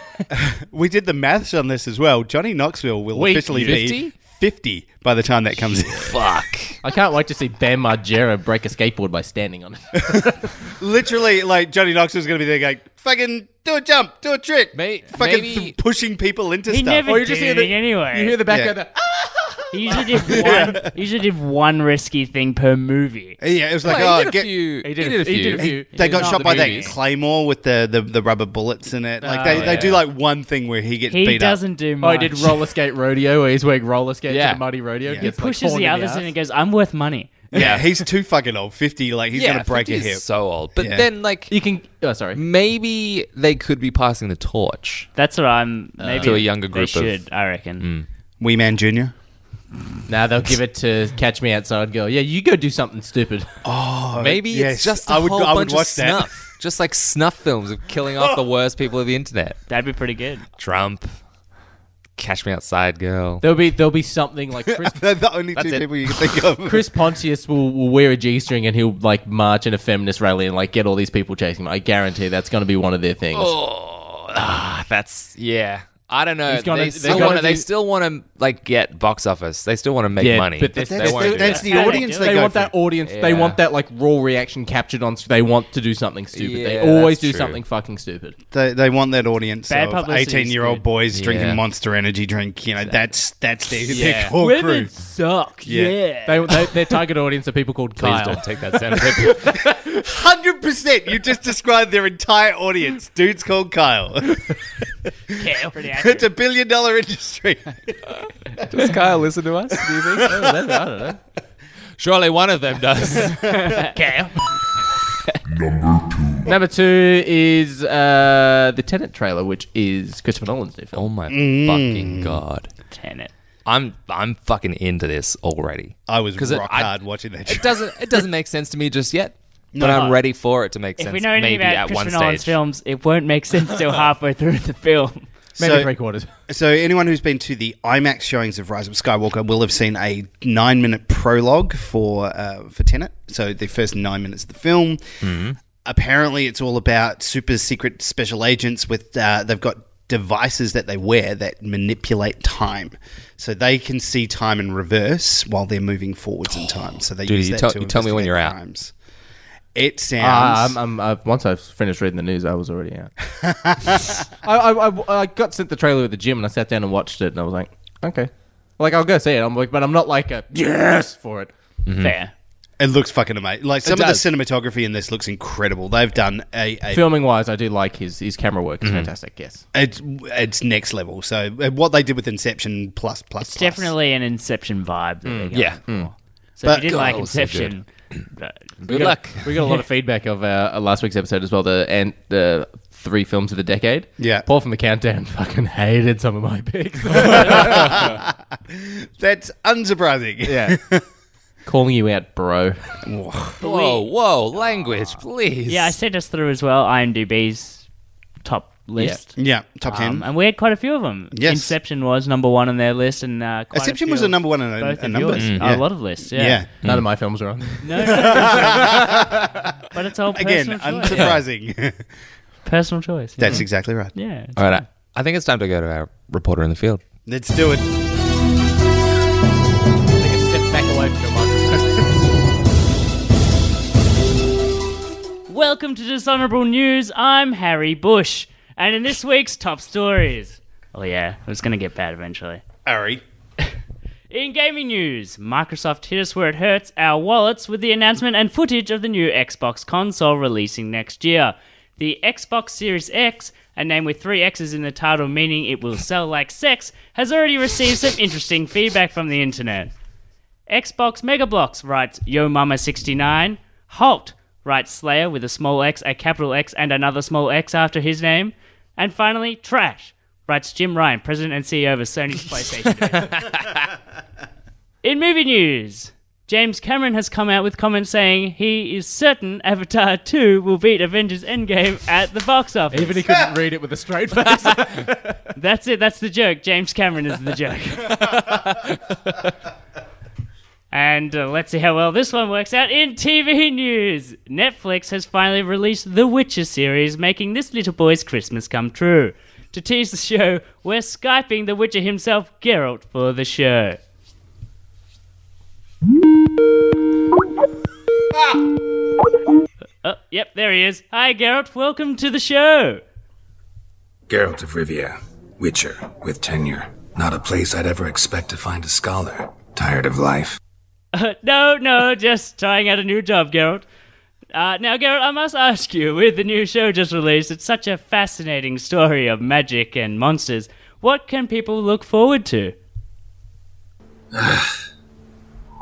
Speaker 4: We did the maths on this as well. Johnny Knoxville will
Speaker 5: Wait,
Speaker 4: officially
Speaker 5: 50?
Speaker 4: be 50 by the time that comes in.
Speaker 3: Fuck.
Speaker 5: I can't wait to see Bam Margera break a skateboard by standing on it.
Speaker 4: Literally, like, Johnny Knoxville's going to be there going, fucking do a jump, do a trick.
Speaker 3: May-
Speaker 4: fucking
Speaker 3: maybe-
Speaker 4: th- pushing people into
Speaker 1: He
Speaker 4: stuff.
Speaker 1: never did
Speaker 5: Or Oh, you just hear
Speaker 1: anything
Speaker 5: the-
Speaker 1: anyway.
Speaker 5: You hear the
Speaker 4: Yeah.
Speaker 5: background. there,
Speaker 1: he usually did one. He usually did one risky thing per movie.
Speaker 4: yeah, it was like,
Speaker 3: Wait, he
Speaker 4: oh,
Speaker 3: did a
Speaker 4: get-
Speaker 3: few.
Speaker 5: He did, a, few. He did a few.
Speaker 4: they got
Speaker 3: not
Speaker 4: shot
Speaker 3: the
Speaker 4: by
Speaker 3: movies.
Speaker 4: that claymore with the, the, the rubber bullets in it. Like, they,
Speaker 5: Oh,
Speaker 4: they
Speaker 5: yeah.
Speaker 4: do, like, one thing where he gets
Speaker 1: He
Speaker 4: beat
Speaker 1: doesn't
Speaker 4: up.
Speaker 1: do
Speaker 5: Oh, he
Speaker 1: much.
Speaker 5: did roller skate rodeo. Where he's wearing roller skates
Speaker 3: Yeah.
Speaker 5: in a muddy rodeo.
Speaker 4: He
Speaker 5: gets, like,
Speaker 1: Pushes
Speaker 5: horned
Speaker 1: the
Speaker 5: in
Speaker 1: others
Speaker 5: ass.
Speaker 1: in and goes, I'm worth money.
Speaker 4: Yeah, he's too fucking old. 50, like, he's going to break a
Speaker 3: 50 is
Speaker 4: hip.
Speaker 3: So old. But
Speaker 4: Yeah.
Speaker 3: then, like,
Speaker 5: You can. Oh, sorry.
Speaker 3: maybe they could be passing the torch.
Speaker 1: That's what I'm.
Speaker 5: Uh,
Speaker 1: Maybe
Speaker 3: To a younger
Speaker 1: they
Speaker 3: group of-
Speaker 1: should, I reckon.
Speaker 4: Wee Man Jr.
Speaker 5: Now they'll give it to Catch Me Outside Girl. Yeah, you go do something stupid.
Speaker 3: Oh, Maybe
Speaker 4: yes.
Speaker 3: it's just a
Speaker 4: I would-
Speaker 3: whole
Speaker 4: I would
Speaker 3: bunch of
Speaker 4: watch that.
Speaker 3: snuff. Just like snuff films of killing off the worst people of the internet.
Speaker 1: That'd be pretty good.
Speaker 3: Trump. Catch me outside, girl.
Speaker 5: There'll be there'll be something like Chris.
Speaker 4: They're the only
Speaker 5: That's
Speaker 4: two
Speaker 5: it.
Speaker 4: people you can think of.
Speaker 5: Chris Pontius will, will wear a G string and he'll like march in a feminist rally and like get all these people chasing him. I guarantee that's going to be one of their things.
Speaker 3: Oh. Ah, that's yeah. I don't know.
Speaker 5: He's gonna-
Speaker 3: they
Speaker 5: they're
Speaker 3: still
Speaker 5: gonna
Speaker 3: want to. They
Speaker 5: do-
Speaker 3: still want to like get box office. They still want to make
Speaker 5: Yeah,
Speaker 3: money.
Speaker 5: but this-
Speaker 3: they
Speaker 4: That's,
Speaker 5: won't do
Speaker 4: the, that's
Speaker 1: that.
Speaker 4: the
Speaker 1: Yeah, they
Speaker 4: audience
Speaker 1: do.
Speaker 4: they,
Speaker 5: they
Speaker 4: go
Speaker 5: want
Speaker 4: for.
Speaker 5: that audience. They
Speaker 3: Yeah.
Speaker 5: want that like raw reaction captured on. They want to do something stupid.
Speaker 3: Yeah,
Speaker 5: they always
Speaker 3: that's
Speaker 5: do
Speaker 3: true.
Speaker 5: something fucking stupid.
Speaker 4: They, they want that audience
Speaker 1: Bad
Speaker 4: of
Speaker 1: publicity is
Speaker 4: eighteen-year-old
Speaker 1: good.
Speaker 4: boys
Speaker 3: Yeah.
Speaker 4: drinking Monster Energy drink. You know, that's that's their,
Speaker 5: Yeah.
Speaker 4: their core crew.
Speaker 1: suck.
Speaker 4: Yeah.
Speaker 5: They, they their target audience are people called
Speaker 3: Please
Speaker 5: Kyle.
Speaker 3: don't take that sound effect.
Speaker 4: Hundred percent. You just described their entire audience. Dude's called Kyle.
Speaker 1: Yeah, pretty accurate.
Speaker 4: it's a billion-dollar industry.
Speaker 3: does Kyle listen to us? Do you think? Surely one of them does.
Speaker 7: Number two.
Speaker 5: Number two is uh, the Tenant trailer, which is Christopher Nolan's new film.
Speaker 3: oh my
Speaker 1: Mm.
Speaker 3: fucking god!
Speaker 1: Tenet.
Speaker 3: I'm I'm fucking into this already.
Speaker 4: I was
Speaker 3: 'Cause
Speaker 4: rock
Speaker 3: it- I-
Speaker 4: hard watching that.
Speaker 3: It doesn't it doesn't make sense to me just yet. But I'm ready for it to make sense.
Speaker 1: If we know anything
Speaker 3: maybe
Speaker 1: about
Speaker 3: at one
Speaker 1: Christopher Nolan's
Speaker 3: stage.
Speaker 1: films, it won't make sense till halfway through the film.
Speaker 5: Maybe
Speaker 4: So-
Speaker 5: three quarters.
Speaker 4: So anyone who's been to the IMAX showings of Rise of Skywalker will have seen a nine-minute prologue for uh, for Tenet. So the first nine minutes of the film.
Speaker 3: Mm-hmm.
Speaker 4: Apparently, it's all about super secret special agents with uh, they've got devices that they wear that manipulate time, so they can see time in reverse while they're moving forwards in time. So they
Speaker 3: Dude,
Speaker 4: use
Speaker 3: you
Speaker 4: that
Speaker 3: tell-
Speaker 4: to
Speaker 3: you tell me when
Speaker 4: investigate
Speaker 3: you're out. Ah,
Speaker 4: crimes. It
Speaker 5: Uh,
Speaker 4: sounds.
Speaker 5: I'm, I'm, uh, once I finished reading the news, I was already out. I, I, I, I got sent the trailer at the gym, and I sat down and watched it, and I was like, okay, like I'll go see it. I'm like, but I'm not like a yes for it.
Speaker 3: Mm-hmm.
Speaker 1: Fair.
Speaker 4: it looks fucking amazing. Like some of the
Speaker 3: does.
Speaker 4: cinematography in this looks incredible. They've done a, a
Speaker 5: Filming wise, I do like his his camera work. It's fantastic. Yes,
Speaker 4: it's it's next level. So uh, what they did with Inception plus plus
Speaker 1: It's
Speaker 4: plus.
Speaker 1: definitely an Inception vibe. That they're going
Speaker 3: Yeah.
Speaker 1: for. So
Speaker 4: Mm. But-
Speaker 1: if you didn't like
Speaker 3: God, so good.
Speaker 1: Inception,
Speaker 5: Good
Speaker 3: luck.
Speaker 5: We got a lot of feedback of uh, last week's episode as well. The and the three films of the decade.
Speaker 4: Yeah.
Speaker 5: Paul from the countdown fucking hated some of my picks.
Speaker 4: That's unsurprising.
Speaker 5: yeah. Calling you out, bro.
Speaker 3: Whoa, whoa, language, please.
Speaker 1: Ah. Yeah, I sent us through as well IMDb's top list.
Speaker 4: Yeah, top
Speaker 1: Um,
Speaker 4: ten.
Speaker 1: and we had quite a few of them.
Speaker 4: Yes.
Speaker 1: Inception was number one on their list, and uh, quite a few
Speaker 4: Inception was a
Speaker 1: of
Speaker 4: number one and
Speaker 1: both
Speaker 4: a, a
Speaker 1: of
Speaker 4: numbers. Mm.
Speaker 1: yours.
Speaker 4: Yeah.
Speaker 1: A lot of lists. Yeah.
Speaker 4: yeah.
Speaker 5: None of my films are on. there.
Speaker 1: No, no, no. but it's all
Speaker 4: Again,
Speaker 1: personal choice.
Speaker 4: unsurprising.
Speaker 1: Personal choice. Yeah.
Speaker 4: That's exactly right.
Speaker 1: yeah. it's-
Speaker 3: All right, I, I think it's time to go to our reporter in the field.
Speaker 4: Let's do it.
Speaker 5: Take a step back away from your microphone.
Speaker 1: Welcome to Dishonorable News. I'm Harry Bush, and in this week's top stories. Oh yeah, it was gonna get bad eventually.
Speaker 4: Ari.
Speaker 1: In gaming news, Microsoft hit us where it hurts our wallets with the announcement and footage of the new Xbox console releasing next year. The Xbox Series X, a name with three X's in the title meaning it will sell like sex, has already received some interesting feedback from the internet. Xbox Megablocks writes Yo Mama 69. Halt writes Slayer with a small x, a capital X, and another small x after his name. And finally, Trash writes Jim Ryan, president and CEO of Sony's PlayStation. In movie news, James Cameron has come out with comments saying he is certain Avatar 2 will beat Avengers Endgame at the box office.
Speaker 5: Even he couldn't read it with a straight face.
Speaker 1: That's it. That's the joke. James Cameron is the joke. and uh, let's see how well this one works out in TV news. Netflix has finally released the Witcher series, making this little boy's Christmas come true. To tease the show, we're Skyping the Witcher himself, Geralt, for the show. Oh, yep, there he is. Hi, Geralt. Welcome to the show.
Speaker 8: Geralt of Rivia, Witcher with tenure. Not a place I'd ever expect to find a scholar. Tired of life.
Speaker 1: No, no, just trying out a new job, Geralt. Uh, now, Geralt, I must ask you, with the new show just released, it's such a fascinating story of magic and monsters. What can people look forward to?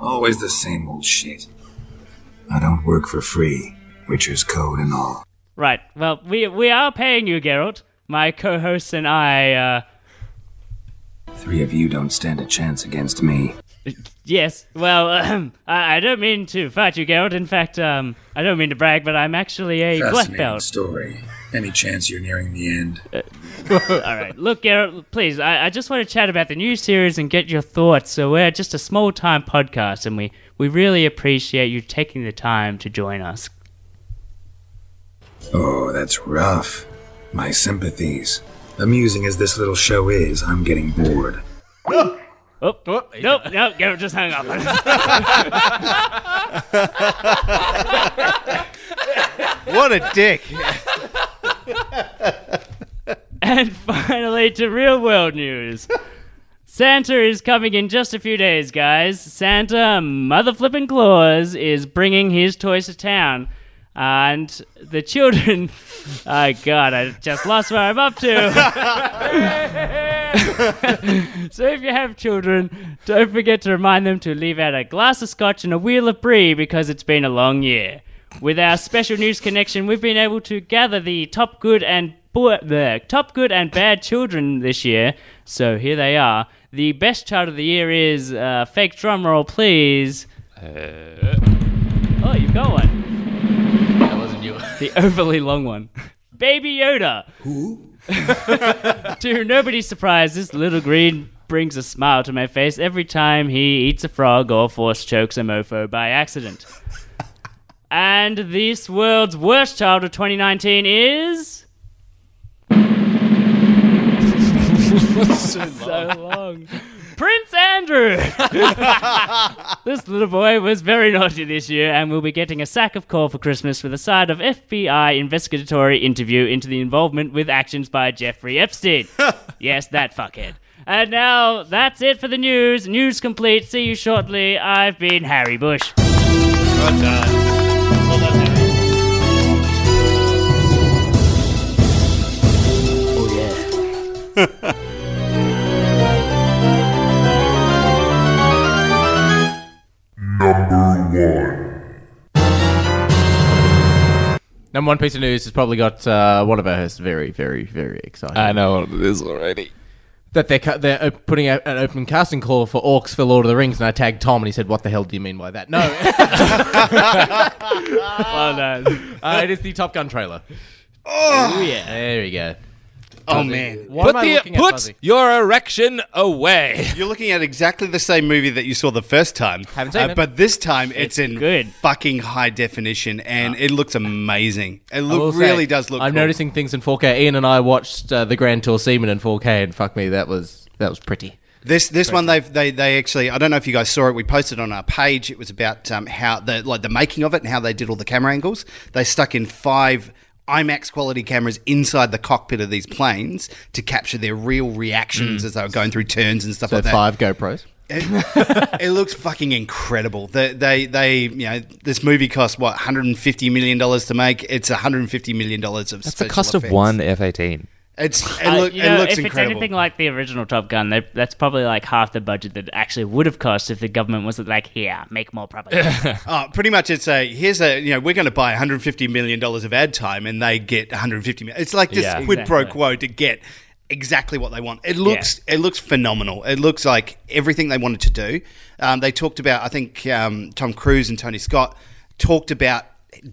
Speaker 8: Always the same old shit. I don't work for free, Witcher's code and all.
Speaker 1: Right, well, we, we are paying you, Geralt. My co hosts and I, uh,
Speaker 8: Three of you don't stand a chance against me.
Speaker 1: yes, well, I, I don't mean to fight you, Geralt. In fact, um, I don't mean to brag, but I'm actually a black
Speaker 8: Fascinating
Speaker 1: belt.
Speaker 8: story. Any chance you're nearing the end?
Speaker 1: All right, look, Garrett, please, I, I just want to chat about the new series and get your thoughts. So we're just a small time podcast, and we we really appreciate you taking the time to join us.
Speaker 8: Oh, that's rough. My sympathies. Amusing as this little show is, I'm getting bored.
Speaker 1: Oh, nope, nope, Garrett just hung up. on us.
Speaker 4: What a dick.
Speaker 1: and finally, to real world news. Santa is coming in just a few days, guys. Santa, mother flippin' Claus, is bringing his toys to town. And the children. Oh, God, I just lost where I'm up to. so, if you have children, don't forget to remind them to leave out a glass of scotch and a wheel of brie because it's been a long year. With our special news connection, we've been able to gather the top good and bo- the top good and bad children this year. So here they are. The best child of the year is uh, fake drum roll, please. oh, you've got one.
Speaker 5: Uh. that wasn't you.
Speaker 1: The overly long one. Baby Yoda. Who? to nobody's surprise, this little green brings a smile to my face every time he eats a frog or force chokes a mofo by accident. and this world's worst child of 2019 is. so long. Prince Andrew! this little boy was very naughty this year and will be getting a sack of coal for Christmas with a side of FBI investigatory interview into the involvement with actions by Jeffrey Epstein. yes, that fuckhead. And now that's it for the news. News complete. See you shortly. I've been Harry Bush.
Speaker 7: Number one.
Speaker 5: Number one piece of news has probably got uh, one of our hosts very, very, very excited.
Speaker 3: I know what it is already.
Speaker 5: that they're ca- they're uh, putting out an open casting call for orcs for Lord of the Rings, and I tagged Tom, and he said, "What the hell do you mean by that?" No,
Speaker 1: Well done.
Speaker 5: uh, it is the Top Gun trailer.
Speaker 1: Oh yeah.
Speaker 5: There we go.
Speaker 4: Oh man,
Speaker 5: Why am I looking at Fuzzy?
Speaker 3: your erection away.
Speaker 4: you're looking at exactly the same movie that you saw the first time. Uh,
Speaker 5: Haven't seen it.
Speaker 4: but this time it's, in
Speaker 1: good. Uh,
Speaker 4: fucking high definition, and it looks amazing. It
Speaker 5: I will
Speaker 4: look, really
Speaker 5: say,
Speaker 4: does look.
Speaker 5: I'm
Speaker 4: cool.
Speaker 5: noticing things in 4K. Ian and I watched uh, the Grand Tour Seaman in 4K, and fuck me, that was that was pretty.
Speaker 4: This this one they've they, they actually I don't know if you guys saw it we posted on our page it was about um, how the like the making of it and how they did all the camera angles they stuck in five IMAX quality cameras inside the cockpit of these planes to capture their real reactions
Speaker 3: Mm.
Speaker 4: as they were going through turns and stuff
Speaker 5: So
Speaker 4: like that.
Speaker 5: five GoPros.
Speaker 4: It, it looks fucking incredible. They, they they you know this movie cost what 150 million dollars to make. It's 150 million dollars of
Speaker 3: That's the cost of one F-18.
Speaker 4: It's it,
Speaker 1: Uh,
Speaker 4: look,
Speaker 1: you know,
Speaker 4: it looks
Speaker 1: if it's
Speaker 4: incredible.
Speaker 1: anything like the original Top Gun, they, that's probably like half the budget that it actually would have cost if the government wasn't like, "Here, make more propaganda."
Speaker 4: Oh, pretty much it's a here's a you know we're going to buy 150 million dollars of ad time and they get 150 million. It's like this
Speaker 3: Yeah.
Speaker 4: quid pro
Speaker 1: Exactly.
Speaker 4: quo to get exactly what they want. It looks it looks phenomenal. It looks like everything they wanted to do. Um, they talked about I think um, Tom Cruise and Tony Scott talked about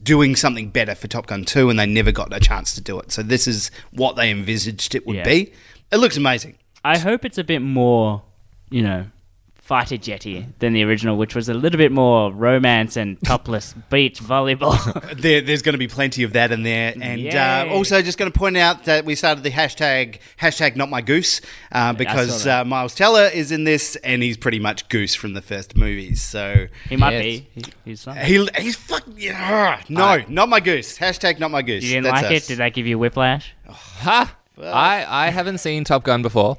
Speaker 4: doing something better for Top Gun 2 and they never got a chance to do it. So this is what they envisaged it would
Speaker 1: Yeah.
Speaker 4: be. It looks amazing.
Speaker 1: I hope it's a bit more, you know, fighter jetty than the original, which was a little bit more romance and topless beach volleyball.
Speaker 4: There, there's going to be plenty of that in there, and uh,
Speaker 1: Yay.
Speaker 4: also just going to point out that we started the hashtag hashtag not my goose uh, because uh, Miles Teller is in this, and he's pretty much goose from the first movies. So
Speaker 1: he might
Speaker 5: Yes.
Speaker 1: be. He- he's something.
Speaker 4: he, he's fucking yeah, no, not my goose. Hashtag not my goose.
Speaker 1: You didn't
Speaker 4: That's
Speaker 1: like
Speaker 4: us.
Speaker 1: it? Did that give you whiplash?
Speaker 3: Ha! I, I haven't seen Top Gun before.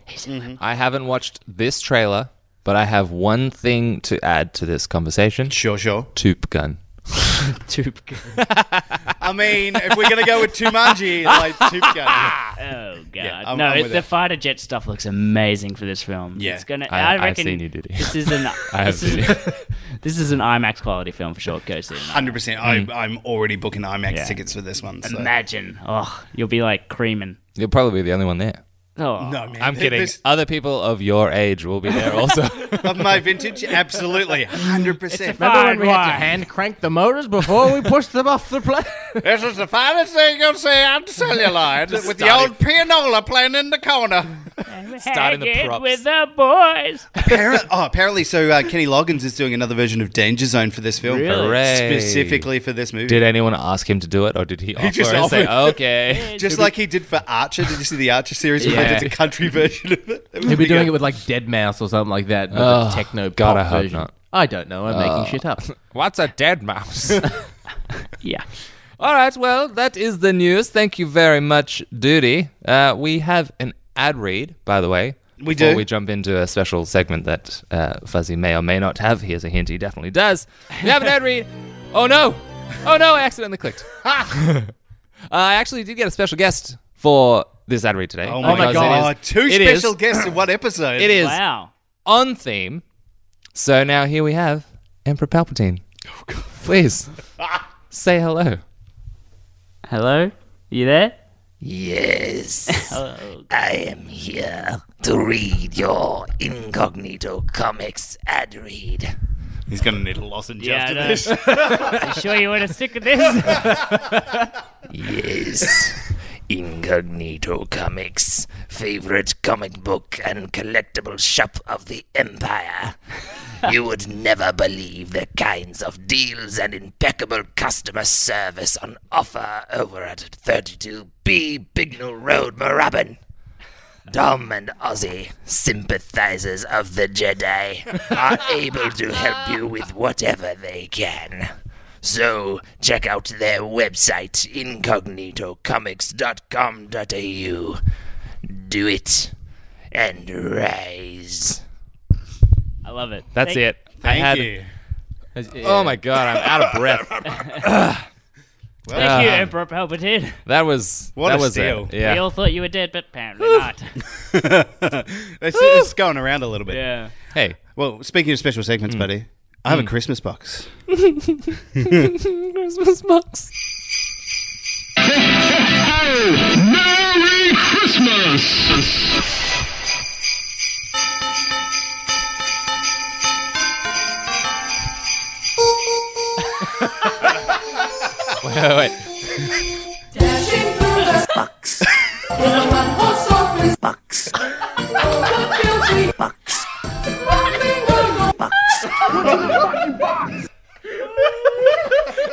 Speaker 3: I haven't watched this trailer, but I have one thing to add to this conversation.
Speaker 4: Sure, sure.
Speaker 3: Toop Gun.
Speaker 1: Too
Speaker 4: I mean, if we're gonna go with Tumanji, like Tupka,
Speaker 1: Oh god!
Speaker 4: I'm-
Speaker 1: no,
Speaker 4: I'm
Speaker 1: it,
Speaker 4: with
Speaker 1: the
Speaker 4: it.
Speaker 1: fighter jet stuff looks amazing for this film.
Speaker 4: Yeah.
Speaker 1: it's gonna.
Speaker 3: I-
Speaker 1: I,
Speaker 3: I've
Speaker 1: reckon
Speaker 3: seen you, Diddy.
Speaker 1: this is an.
Speaker 3: I have
Speaker 1: this,
Speaker 3: seen
Speaker 1: is,
Speaker 3: it.
Speaker 1: this is an IMAX quality film for sure. Go see it.
Speaker 4: hundred percent. I'm already booking IMAX
Speaker 1: Hmm. Yeah.
Speaker 4: tickets for this one. So.
Speaker 1: Imagine. Oh, you'll be like creaming.
Speaker 3: You'll probably be the only one there.
Speaker 1: Oh,
Speaker 4: No, man,
Speaker 3: I'm
Speaker 4: th-
Speaker 3: kidding.
Speaker 4: this-
Speaker 3: Other people of your age will be there also.
Speaker 4: of my vintage, absolutely, hundred percent.
Speaker 5: Remember
Speaker 1: Fine
Speaker 5: when we had to
Speaker 1: wine.
Speaker 5: hand crank the motors before we pushed them off the plane?
Speaker 4: This is the finest thing you'll see on celluloid with the
Speaker 3: starting-
Speaker 4: old pianola playing in the corner.
Speaker 3: Starting the
Speaker 1: Hang it
Speaker 3: props.
Speaker 1: with the boys.
Speaker 4: Apparently, oh, apparently, so uh, Kenny Loggins is doing another version of Danger Zone for this film,
Speaker 1: Really?
Speaker 3: Hooray.
Speaker 4: specifically for this movie.
Speaker 3: Did anyone ask him to do it, or did he offer
Speaker 4: just
Speaker 3: and say,
Speaker 4: offered.
Speaker 3: "Okay"?
Speaker 4: Just like he did for Archer. Did you see the Archer series? where
Speaker 3: Yeah.
Speaker 4: they did a country version of it.
Speaker 5: He'll be doing it with like Dead Mouse or something like that, but
Speaker 3: Oh,
Speaker 5: the techno pop
Speaker 3: God, I hope
Speaker 5: version.
Speaker 3: not.
Speaker 5: I don't know. I'm making shit up.
Speaker 3: What's a dead mouse?
Speaker 1: Yeah.
Speaker 3: All right, well, that is the news. Thank you very much, Duty. Uh, we have an ad read, by the way.
Speaker 4: We
Speaker 3: before
Speaker 4: do.
Speaker 3: we jump into a special segment that uh, Fuzzy may or may not have. Here's a hint he definitely does. We have an ad read. Oh, no. Oh, no, I accidentally clicked. Ha! uh, I actually did get a special guest for this ad read today.
Speaker 4: Oh my,
Speaker 3: because it
Speaker 4: god!
Speaker 3: is-
Speaker 4: Two
Speaker 3: it is-
Speaker 4: special guests in one episode.
Speaker 3: It is
Speaker 1: Wow.
Speaker 3: on theme. So now here we have Emperor Palpatine.
Speaker 4: Oh,
Speaker 3: Please say hello.
Speaker 1: Hello. You there?
Speaker 9: Yes. I am here to read your incognito comics ad read.
Speaker 4: He's gonna need a lozenge
Speaker 1: Yeah,
Speaker 4: after
Speaker 1: I know.
Speaker 4: this.
Speaker 1: You sure you want to stick with this?
Speaker 9: Yes. Incognito Comics, favorite comic book and collectible shop of the Empire. You would never believe the kinds of deals and impeccable customer service on offer over at 32B Bignall Road, Moorabbin. Dom and Ozzy, sympathizers of the Jedi, are able to help you with whatever they can. So, check out their website, incognitocomics.com.au. Do it and rise.
Speaker 1: I love it.
Speaker 3: That's
Speaker 1: Thank-
Speaker 3: it. I had- Oh my god, I'm out of breath.
Speaker 1: Thank you,
Speaker 4: Uh-huh.
Speaker 1: Emperor Palpatine.
Speaker 3: That was
Speaker 4: What
Speaker 3: that
Speaker 4: a
Speaker 3: was
Speaker 4: steal.
Speaker 3: It. Yeah.
Speaker 1: We all thought you were dead, but apparently not.
Speaker 4: it's, it's going around a little bit.
Speaker 1: yeah.
Speaker 3: hey,
Speaker 4: Well, speaking of special
Speaker 3: Hmm.
Speaker 4: segments, buddy, I have a Christmas box.
Speaker 3: Christmas box.
Speaker 10: Merry Christmas!
Speaker 3: Oh, wait, wait.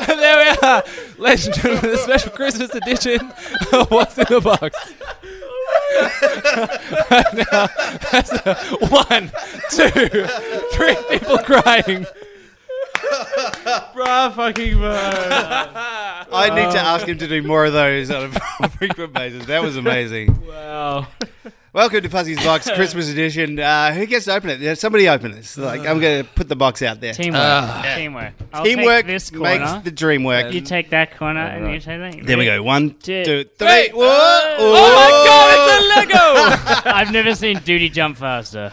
Speaker 3: And there we are. Ladies and gentlemen, the special Christmas edition of What's in the Box. now, that's a- one, two, three people crying.
Speaker 1: Bruh, fucking bro.
Speaker 4: I need
Speaker 1: Um,
Speaker 4: to ask him to do more of those on a frequent basis. That was amazing.
Speaker 1: wow.
Speaker 4: Welcome to Fuzzy's Box Christmas Edition. Uh, who gets to open it? Yeah, Somebody open this. Like I'm going to put the box out there.
Speaker 1: Teamwork. Teamwork. Uh, I'll take
Speaker 4: Teamwork
Speaker 1: this corner.
Speaker 4: makes the dream work.
Speaker 1: you take that corner and you take that.
Speaker 4: there we go. One,
Speaker 1: Two,
Speaker 4: two, three.
Speaker 1: three. Uh, oh
Speaker 4: Whoa.
Speaker 3: Oh my god, it's a Lego!
Speaker 1: I've never seen duty jump faster.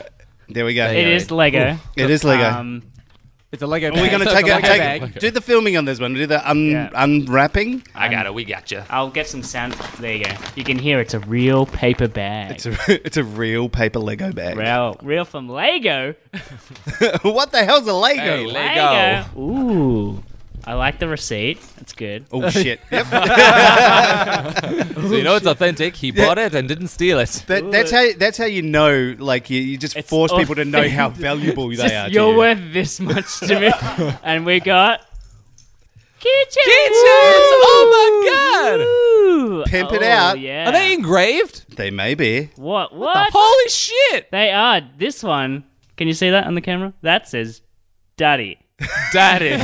Speaker 4: There we go.
Speaker 1: It is Lego.
Speaker 4: It is Lego.
Speaker 1: Um,
Speaker 5: It's a Lego.
Speaker 4: Are we
Speaker 5: bag.
Speaker 4: going to
Speaker 5: So
Speaker 4: take
Speaker 5: it's a
Speaker 4: it?
Speaker 5: Lego
Speaker 4: Take
Speaker 5: bag.
Speaker 4: it. Do the filming on this one. Do the un-
Speaker 1: Yeah.
Speaker 4: unwrapping.
Speaker 3: I got it, we got you.
Speaker 1: I'll get some sound. There you go. You can hear it's a real paper bag.
Speaker 4: It's a, it's a real paper Lego bag.
Speaker 1: real, real from Lego.
Speaker 4: what the hell's a Lego?
Speaker 3: Hey, Lego.
Speaker 1: Lego. Ooh. I like the receipt. That's good.
Speaker 4: Oh shit! Yep.
Speaker 3: So you know
Speaker 4: Oh,
Speaker 3: it's authentic. He bought it and didn't steal it.
Speaker 4: That, that's how that's how you know. Like you, you just
Speaker 1: It's
Speaker 4: force people to know
Speaker 1: authentic.
Speaker 4: how valuable they
Speaker 1: Just,
Speaker 4: are. to
Speaker 1: you're
Speaker 4: you.
Speaker 1: worth this much to me. and we got kitchen.
Speaker 3: Kitchens! Oh
Speaker 1: Ooh.
Speaker 4: Pimp it
Speaker 1: Oh,
Speaker 4: out.
Speaker 1: Yeah.
Speaker 3: my god! Oh Are they engraved?
Speaker 4: They may be.
Speaker 1: what? What?
Speaker 3: Holy shit!
Speaker 1: they are. This one. Can you see that on the camera? That says, "Daddy,
Speaker 3: Daddy.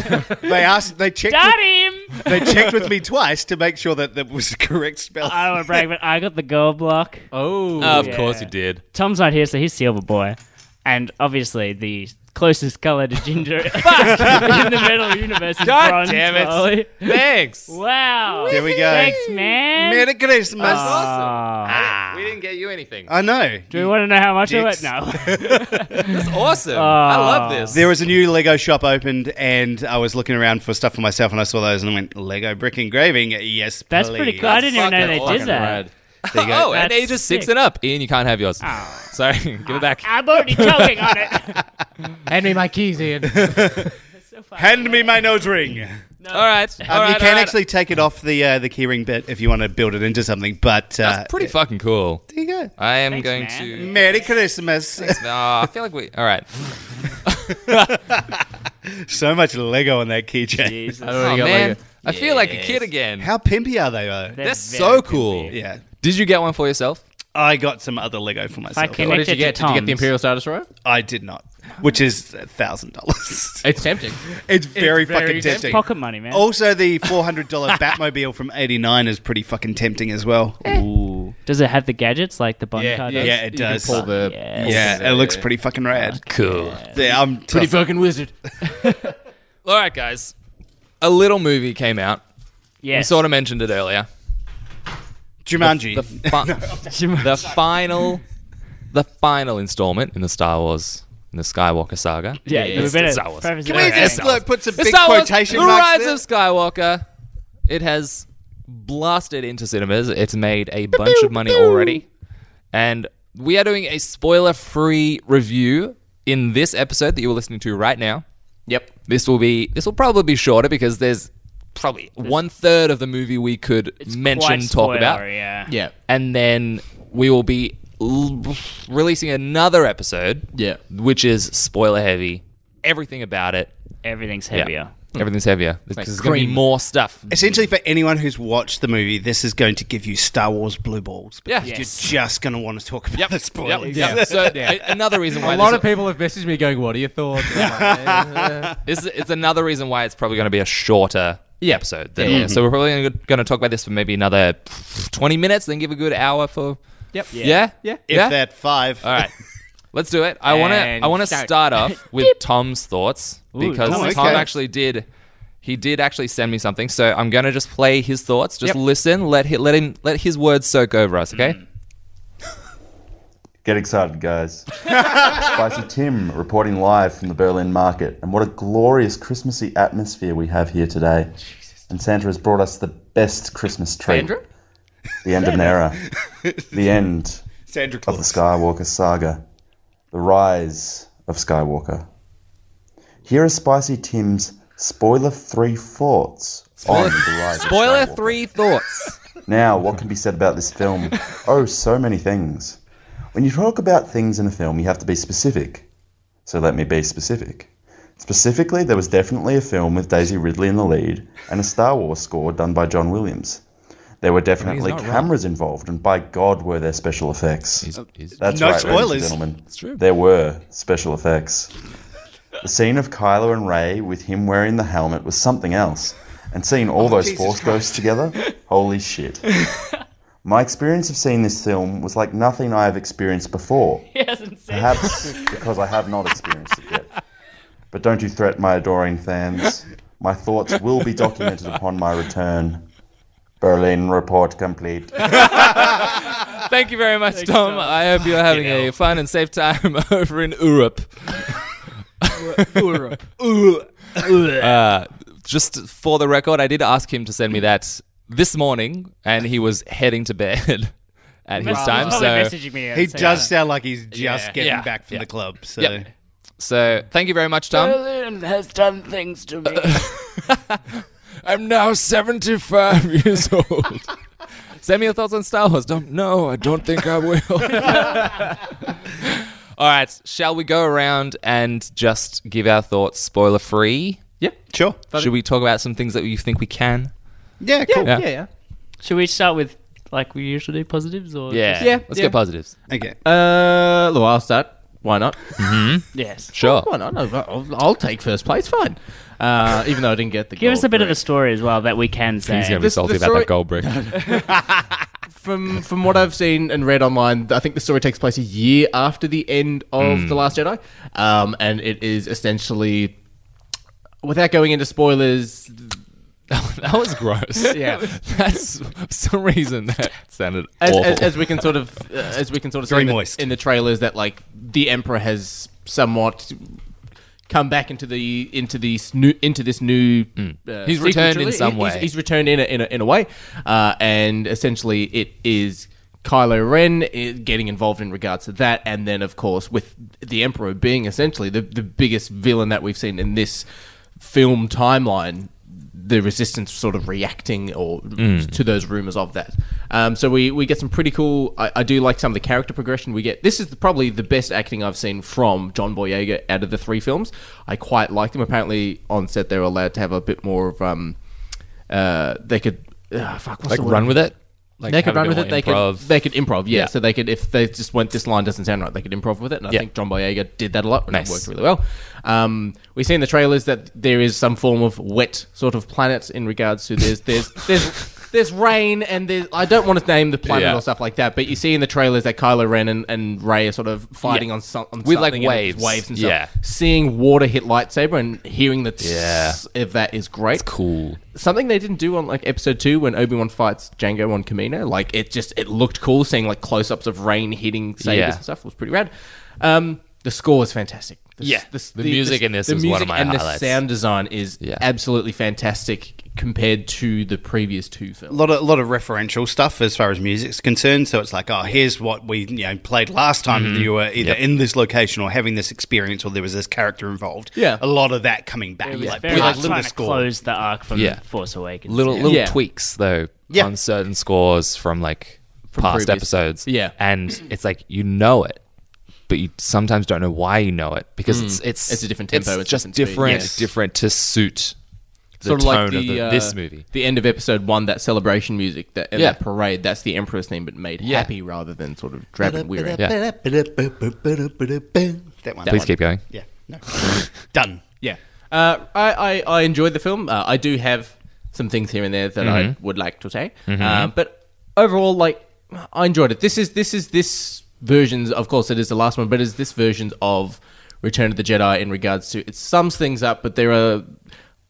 Speaker 4: They asked. They checked.
Speaker 1: daddy." him."
Speaker 4: They checked with me twice to make sure that that was the correct spelling.
Speaker 1: I don't want to brag, but I got the gold block.
Speaker 5: Oh,
Speaker 3: of
Speaker 1: Yeah.
Speaker 3: course you did.
Speaker 1: Tom's not here, so he's Silver Boy. And obviously, the closest color to ginger in the metal universe is
Speaker 3: God
Speaker 1: bronze.
Speaker 3: damn it.
Speaker 1: Ollie.
Speaker 3: Thanks.
Speaker 1: Wow.
Speaker 4: There we go.
Speaker 1: Thanks, man.
Speaker 4: Merry Christmas.
Speaker 3: Ah. We didn't get you anything.
Speaker 4: I know.
Speaker 1: uh, Do we want to know how much of
Speaker 4: Dicks.
Speaker 1: it? No.
Speaker 3: That's awesome. I love
Speaker 1: Oh.
Speaker 3: this.
Speaker 4: There was a new Lego shop opened, and I was looking around for stuff for myself, and I saw those, and I went Lego brick engraving. Yes,
Speaker 1: That's
Speaker 4: please.
Speaker 1: pretty cool. I didn't even know they did that.
Speaker 4: There you go.
Speaker 3: oh, and
Speaker 1: That's
Speaker 3: ages six
Speaker 1: sick. Ah,
Speaker 3: and up. Ian, you can't have yours.
Speaker 1: Oh.
Speaker 3: Sorry, give it back.
Speaker 1: I'm already choking on it.
Speaker 5: hand me my keys, Ian.
Speaker 4: Hand me my nose ring.
Speaker 3: All right. all
Speaker 4: Um,
Speaker 3: right,
Speaker 4: you can
Speaker 3: all right.
Speaker 4: actually take it off the uh, the keyring bit if you want to build it into something, but uh,
Speaker 3: That's pretty fucking cool.
Speaker 4: There you go.
Speaker 3: I am
Speaker 1: Thanks,
Speaker 3: going
Speaker 1: man.
Speaker 3: to.
Speaker 4: Merry Christmas.
Speaker 3: Oh, I feel like we. All right.
Speaker 4: so much Lego on that keychain.
Speaker 1: Jesus.
Speaker 3: Oh,
Speaker 5: got
Speaker 3: man.
Speaker 5: Lego.
Speaker 3: I feel like a kid again.
Speaker 4: How pimpy are they though?
Speaker 1: They're
Speaker 3: That's
Speaker 1: very
Speaker 3: so
Speaker 1: good.
Speaker 3: cool.
Speaker 4: yeah.
Speaker 3: Did you get one for yourself?
Speaker 4: I got some other Lego for
Speaker 1: I
Speaker 4: myself.
Speaker 5: what
Speaker 1: connected
Speaker 5: did you get?
Speaker 1: to
Speaker 5: Did you get
Speaker 1: Tom's.
Speaker 5: the Imperial Star Destroyer?
Speaker 4: I did not, which is a thousand dollars.
Speaker 5: It's tempting.
Speaker 4: It's very
Speaker 5: very
Speaker 4: fucking tempting.
Speaker 1: Pocket money, man.
Speaker 4: Also, the four hundred dollar Batmobile from '89 is pretty fucking tempting as well.
Speaker 1: Ooh. Does it have the gadgets like the bun
Speaker 5: Yeah,
Speaker 1: card?
Speaker 5: yeah.
Speaker 1: does?
Speaker 4: Yeah, it does.
Speaker 5: Pull the
Speaker 1: Yes.
Speaker 4: yeah, it looks pretty fucking rad.
Speaker 3: Cool.
Speaker 4: Yeah, I'm
Speaker 5: pretty fucking wizard.
Speaker 3: All right, guys. A little movie came out. We
Speaker 1: Yes.
Speaker 3: sort of mentioned it earlier.
Speaker 4: Jumanji.
Speaker 3: The, fi- the final, the final installment in the Star Wars, in the Skywalker saga.
Speaker 1: yeah,
Speaker 3: It's-
Speaker 1: we
Speaker 3: it's
Speaker 1: better
Speaker 3: Star Wars.
Speaker 1: preface
Speaker 4: Can
Speaker 1: it
Speaker 4: we
Speaker 1: with
Speaker 4: just
Speaker 1: that.
Speaker 4: like, put some
Speaker 3: The
Speaker 4: big
Speaker 3: Star Wars,
Speaker 4: quotation
Speaker 3: The
Speaker 4: marks
Speaker 3: Rise
Speaker 4: there?
Speaker 3: of Skywalker. It has blasted into cinemas. It's made a bunch of money already. And we are doing a spoiler free review in this episode that you are listening to right now.
Speaker 5: Yep.
Speaker 3: This will be this will probably be shorter because there's probably one third of the movie we could
Speaker 1: It's
Speaker 3: mention
Speaker 1: quite
Speaker 3: talk about.
Speaker 1: spoilery, Yeah.
Speaker 5: Yeah.
Speaker 3: And then we will be l- releasing another episode
Speaker 5: Yeah.
Speaker 3: which is spoiler heavy. Everything about it.
Speaker 1: Everything's
Speaker 3: Yeah.
Speaker 1: heavier.
Speaker 3: Everything's heavier. Because there's going to be
Speaker 5: cream.
Speaker 3: more stuff.
Speaker 4: Essentially, for anyone who's watched the movie, this is going to give you Star Wars blue balls. because
Speaker 3: Yeah.
Speaker 1: Yes.
Speaker 4: You're just going to want to talk about the spoilers.
Speaker 3: Yep. yep. So a- another reason why
Speaker 5: A lot
Speaker 3: this,
Speaker 5: of people have messaged me going, "What are your thoughts?" And I'm like, eh, eh.
Speaker 3: this is, it's another reason why it's probably going to be a shorter episode. Than, So we're probably going to talk about this for maybe another twenty minutes, then give a good hour for
Speaker 5: Yep.
Speaker 3: yeah yeah
Speaker 5: Yeah.
Speaker 4: If that five.
Speaker 3: All right, let's do it. I want to
Speaker 5: And
Speaker 3: I want to
Speaker 5: start.
Speaker 3: start off with Tom's thoughts because
Speaker 1: Tom,
Speaker 3: Tom
Speaker 4: okay.
Speaker 3: actually did. He did actually send me something, so I'm gonna just play his thoughts. Just
Speaker 5: Yep.
Speaker 3: listen, let hi let him let his words soak over us. Okay,
Speaker 11: Get excited, guys. Spicy Tim reporting live from the Berlin market. And what a glorious Christmassy atmosphere we have here today. And Santa has brought us the best Christmas tree.
Speaker 4: Sandra?
Speaker 11: The end of an era. The end
Speaker 4: Sandra
Speaker 11: of the Skywalker saga. The rise of Skywalker. Here are Spicy Tim's spoiler free thoughts on the rise of
Speaker 3: Spoiler three thoughts.
Speaker 11: Now, what can be said about this film? Oh, so many things. When you talk about things in a film, you have to be specific. So let me be specific. Specifically, there was definitely a film with Daisy Ridley in the lead and a Star Wars score done by John Williams. There were definitely
Speaker 3: not wrong.
Speaker 11: cameras involved, and by God, were there special effects. That's
Speaker 4: Oh, No
Speaker 11: right,
Speaker 4: spoilers.
Speaker 11: ladies and gentlemen.
Speaker 4: It's true.
Speaker 11: There were special effects. The scene of Kylo and Ray with him wearing the helmet was something else, and seeing all
Speaker 12: Oh,
Speaker 11: those
Speaker 12: Jesus
Speaker 11: Force ghosts together, holy shit. My experience of seeing this film was like nothing I have experienced before.
Speaker 1: He hasn't seen
Speaker 11: Perhaps because I have not experienced it yet. But don't you threaten my adoring fans. My thoughts will be documented upon my return. Berlin report complete.
Speaker 3: Thank you very much, Tom. I hope you're having a fun and safe time over in Europe.
Speaker 5: Europe.
Speaker 3: uh, just for the record, I did ask him to send me that this morning, and he was heading to bed at his
Speaker 4: Well,
Speaker 3: time.
Speaker 4: he's
Speaker 3: So
Speaker 4: probably messaging me at He the same does time. sound like he's just
Speaker 3: Yeah.
Speaker 4: getting
Speaker 3: Yeah.
Speaker 4: back from
Speaker 3: Yeah.
Speaker 4: the club, so-
Speaker 3: Yep. So thank you very much, Tom.
Speaker 9: Berlin has done things to me.
Speaker 3: I'm now 75 years old. Send me your thoughts on Star Wars. Don't no, I don't think I will. All right, shall we go around and just give our thoughts spoiler free? Yeah,
Speaker 4: sure.
Speaker 3: Should we talk about some things that you think we can?
Speaker 4: Yeah,
Speaker 3: cool. Yeah. Yeah,
Speaker 1: Should we start with like we usually do positives or just-
Speaker 3: positives.
Speaker 4: Okay.
Speaker 5: Uh, look, I'll start. Why not?
Speaker 1: Mm-hmm. Yes.
Speaker 5: Sure. Why not? No, I'll, I'll take first place. Fine. Uh, even though I didn't get the.
Speaker 1: Give us
Speaker 5: gold
Speaker 1: a bit
Speaker 5: brick.
Speaker 1: of a story as well that we can say.
Speaker 5: gonna be This- salty this about that story- gold brick. from from what I've seen and read online, I think the story takes place a year after the end of
Speaker 3: Mm.
Speaker 5: the Last Jedi, um, and it is essentially, without going into spoilers.
Speaker 3: That was gross.
Speaker 5: yeah,
Speaker 3: that's for some reason that sounded
Speaker 5: as,
Speaker 3: awful.
Speaker 5: as, as we can sort of uh, as we can sort of
Speaker 3: Very
Speaker 5: see in the-
Speaker 3: moist.
Speaker 5: in the trailers that like the emperor has somewhat come back into the into this new into this new uh,
Speaker 3: Hmm. He's
Speaker 5: sequel
Speaker 3: returned in
Speaker 5: trilogy.
Speaker 3: some
Speaker 5: He's-
Speaker 3: way.
Speaker 5: he's returned in a, in a, in a way uh, and essentially it is Kylo Ren i- getting involved in regards to that and then of course with the emperor being essentially the, the biggest villain that we've seen in this film timeline the resistance sort of reacting or
Speaker 3: Mm.
Speaker 5: to those rumors of that. Um, so we, we get some pretty cool. I, I do like some of the character progression we get. This is probably the best acting I've seen from John Boyega out of the three films. I quite liked him. Apparently on set they were allowed to have a bit more of um, uh, they could uh, fuck what's
Speaker 3: Like
Speaker 5: the word?
Speaker 3: run with it? Like
Speaker 5: they could
Speaker 3: have a
Speaker 5: run
Speaker 3: bit more
Speaker 5: with it. They could
Speaker 3: improv?
Speaker 5: they could improv. Yeah.
Speaker 3: Yeah.
Speaker 5: So they could if they just went this line doesn't sound right, they could improv with it. And I
Speaker 3: Yeah.
Speaker 5: think John Boyega did that a lot, and
Speaker 3: Nice.
Speaker 5: it worked really well. Um, we see in the trailers that there is some form of wet sort of planet in regards to there's there's there's. There's rain and there's. I don't want to name the planet
Speaker 3: Yeah.
Speaker 5: or stuff like that, but you see in the trailers that Kylo Ren and, and Ray are sort of fighting
Speaker 3: Yeah.
Speaker 5: on, some, on
Speaker 3: With, like,
Speaker 5: something and it's
Speaker 3: waves.
Speaker 5: waves and stuff.
Speaker 3: Yeah.
Speaker 5: Seeing water hit lightsaber and hearing the
Speaker 3: Yeah.
Speaker 5: tss of that is great. It's
Speaker 3: cool.
Speaker 5: Something they didn't do on like episode two when Obi Wan fights Django on Kamino, like it just it looked cool seeing like close ups of rain hitting sabers
Speaker 3: Yeah.
Speaker 5: and stuff was pretty rad. Um, the score was fantastic. s-
Speaker 3: Yeah.
Speaker 5: s-
Speaker 3: The music in this
Speaker 5: the
Speaker 3: was one of
Speaker 5: music
Speaker 3: my
Speaker 5: and
Speaker 3: highlights.
Speaker 5: The sound design is absolutely fantastic compared to the previous two
Speaker 4: A
Speaker 5: films.
Speaker 4: lot of lot of referential stuff as far as music's concerned. So it's like, oh, here's what we you know played last time
Speaker 5: Mhm.
Speaker 4: that you were either
Speaker 5: Yep.
Speaker 4: in this location or having this experience, or there was this character involved.
Speaker 5: Yeah.
Speaker 4: a lot of that coming back,
Speaker 1: It was
Speaker 4: like,
Speaker 1: very
Speaker 4: with,
Speaker 1: much
Speaker 4: like little
Speaker 1: trying to
Speaker 4: score.
Speaker 1: close the arc from
Speaker 3: Yeah.
Speaker 1: Force Awakens.
Speaker 3: little
Speaker 1: yeah.
Speaker 3: little tweaks though
Speaker 1: Yeah.
Speaker 3: on certain scores from like
Speaker 1: From
Speaker 3: past
Speaker 1: previous-
Speaker 3: episodes.
Speaker 1: Yeah.
Speaker 3: and it's like you know it, but you sometimes don't know why you know it because
Speaker 5: Mm.
Speaker 3: it's it's
Speaker 5: It's a different tempo,
Speaker 3: It's
Speaker 5: it's
Speaker 3: just
Speaker 5: different speed.
Speaker 3: different,
Speaker 5: Yes.
Speaker 3: different to suit the
Speaker 5: sort of
Speaker 3: tone
Speaker 5: like the,
Speaker 3: of the,
Speaker 5: uh,
Speaker 3: this movie.
Speaker 5: the end of episode one, that celebration music, that, and
Speaker 3: Yeah.
Speaker 5: that parade. That's the Emperor's theme, but made
Speaker 3: Yeah.
Speaker 5: happy rather than sort of drab and weary.
Speaker 4: That one.
Speaker 5: Please keep going.
Speaker 4: Yeah. No. Done.
Speaker 5: Yeah. Uh, I, I, I enjoyed the film. Uh, I do have some things here and there that
Speaker 3: Mhm.
Speaker 5: I would like to say.
Speaker 3: Mhm.
Speaker 5: Um, but overall, like, I enjoyed it. This is this is this version's. Of course, it is the last one, but it is this version of Return of the Jedi in regards to it sums things up, but there are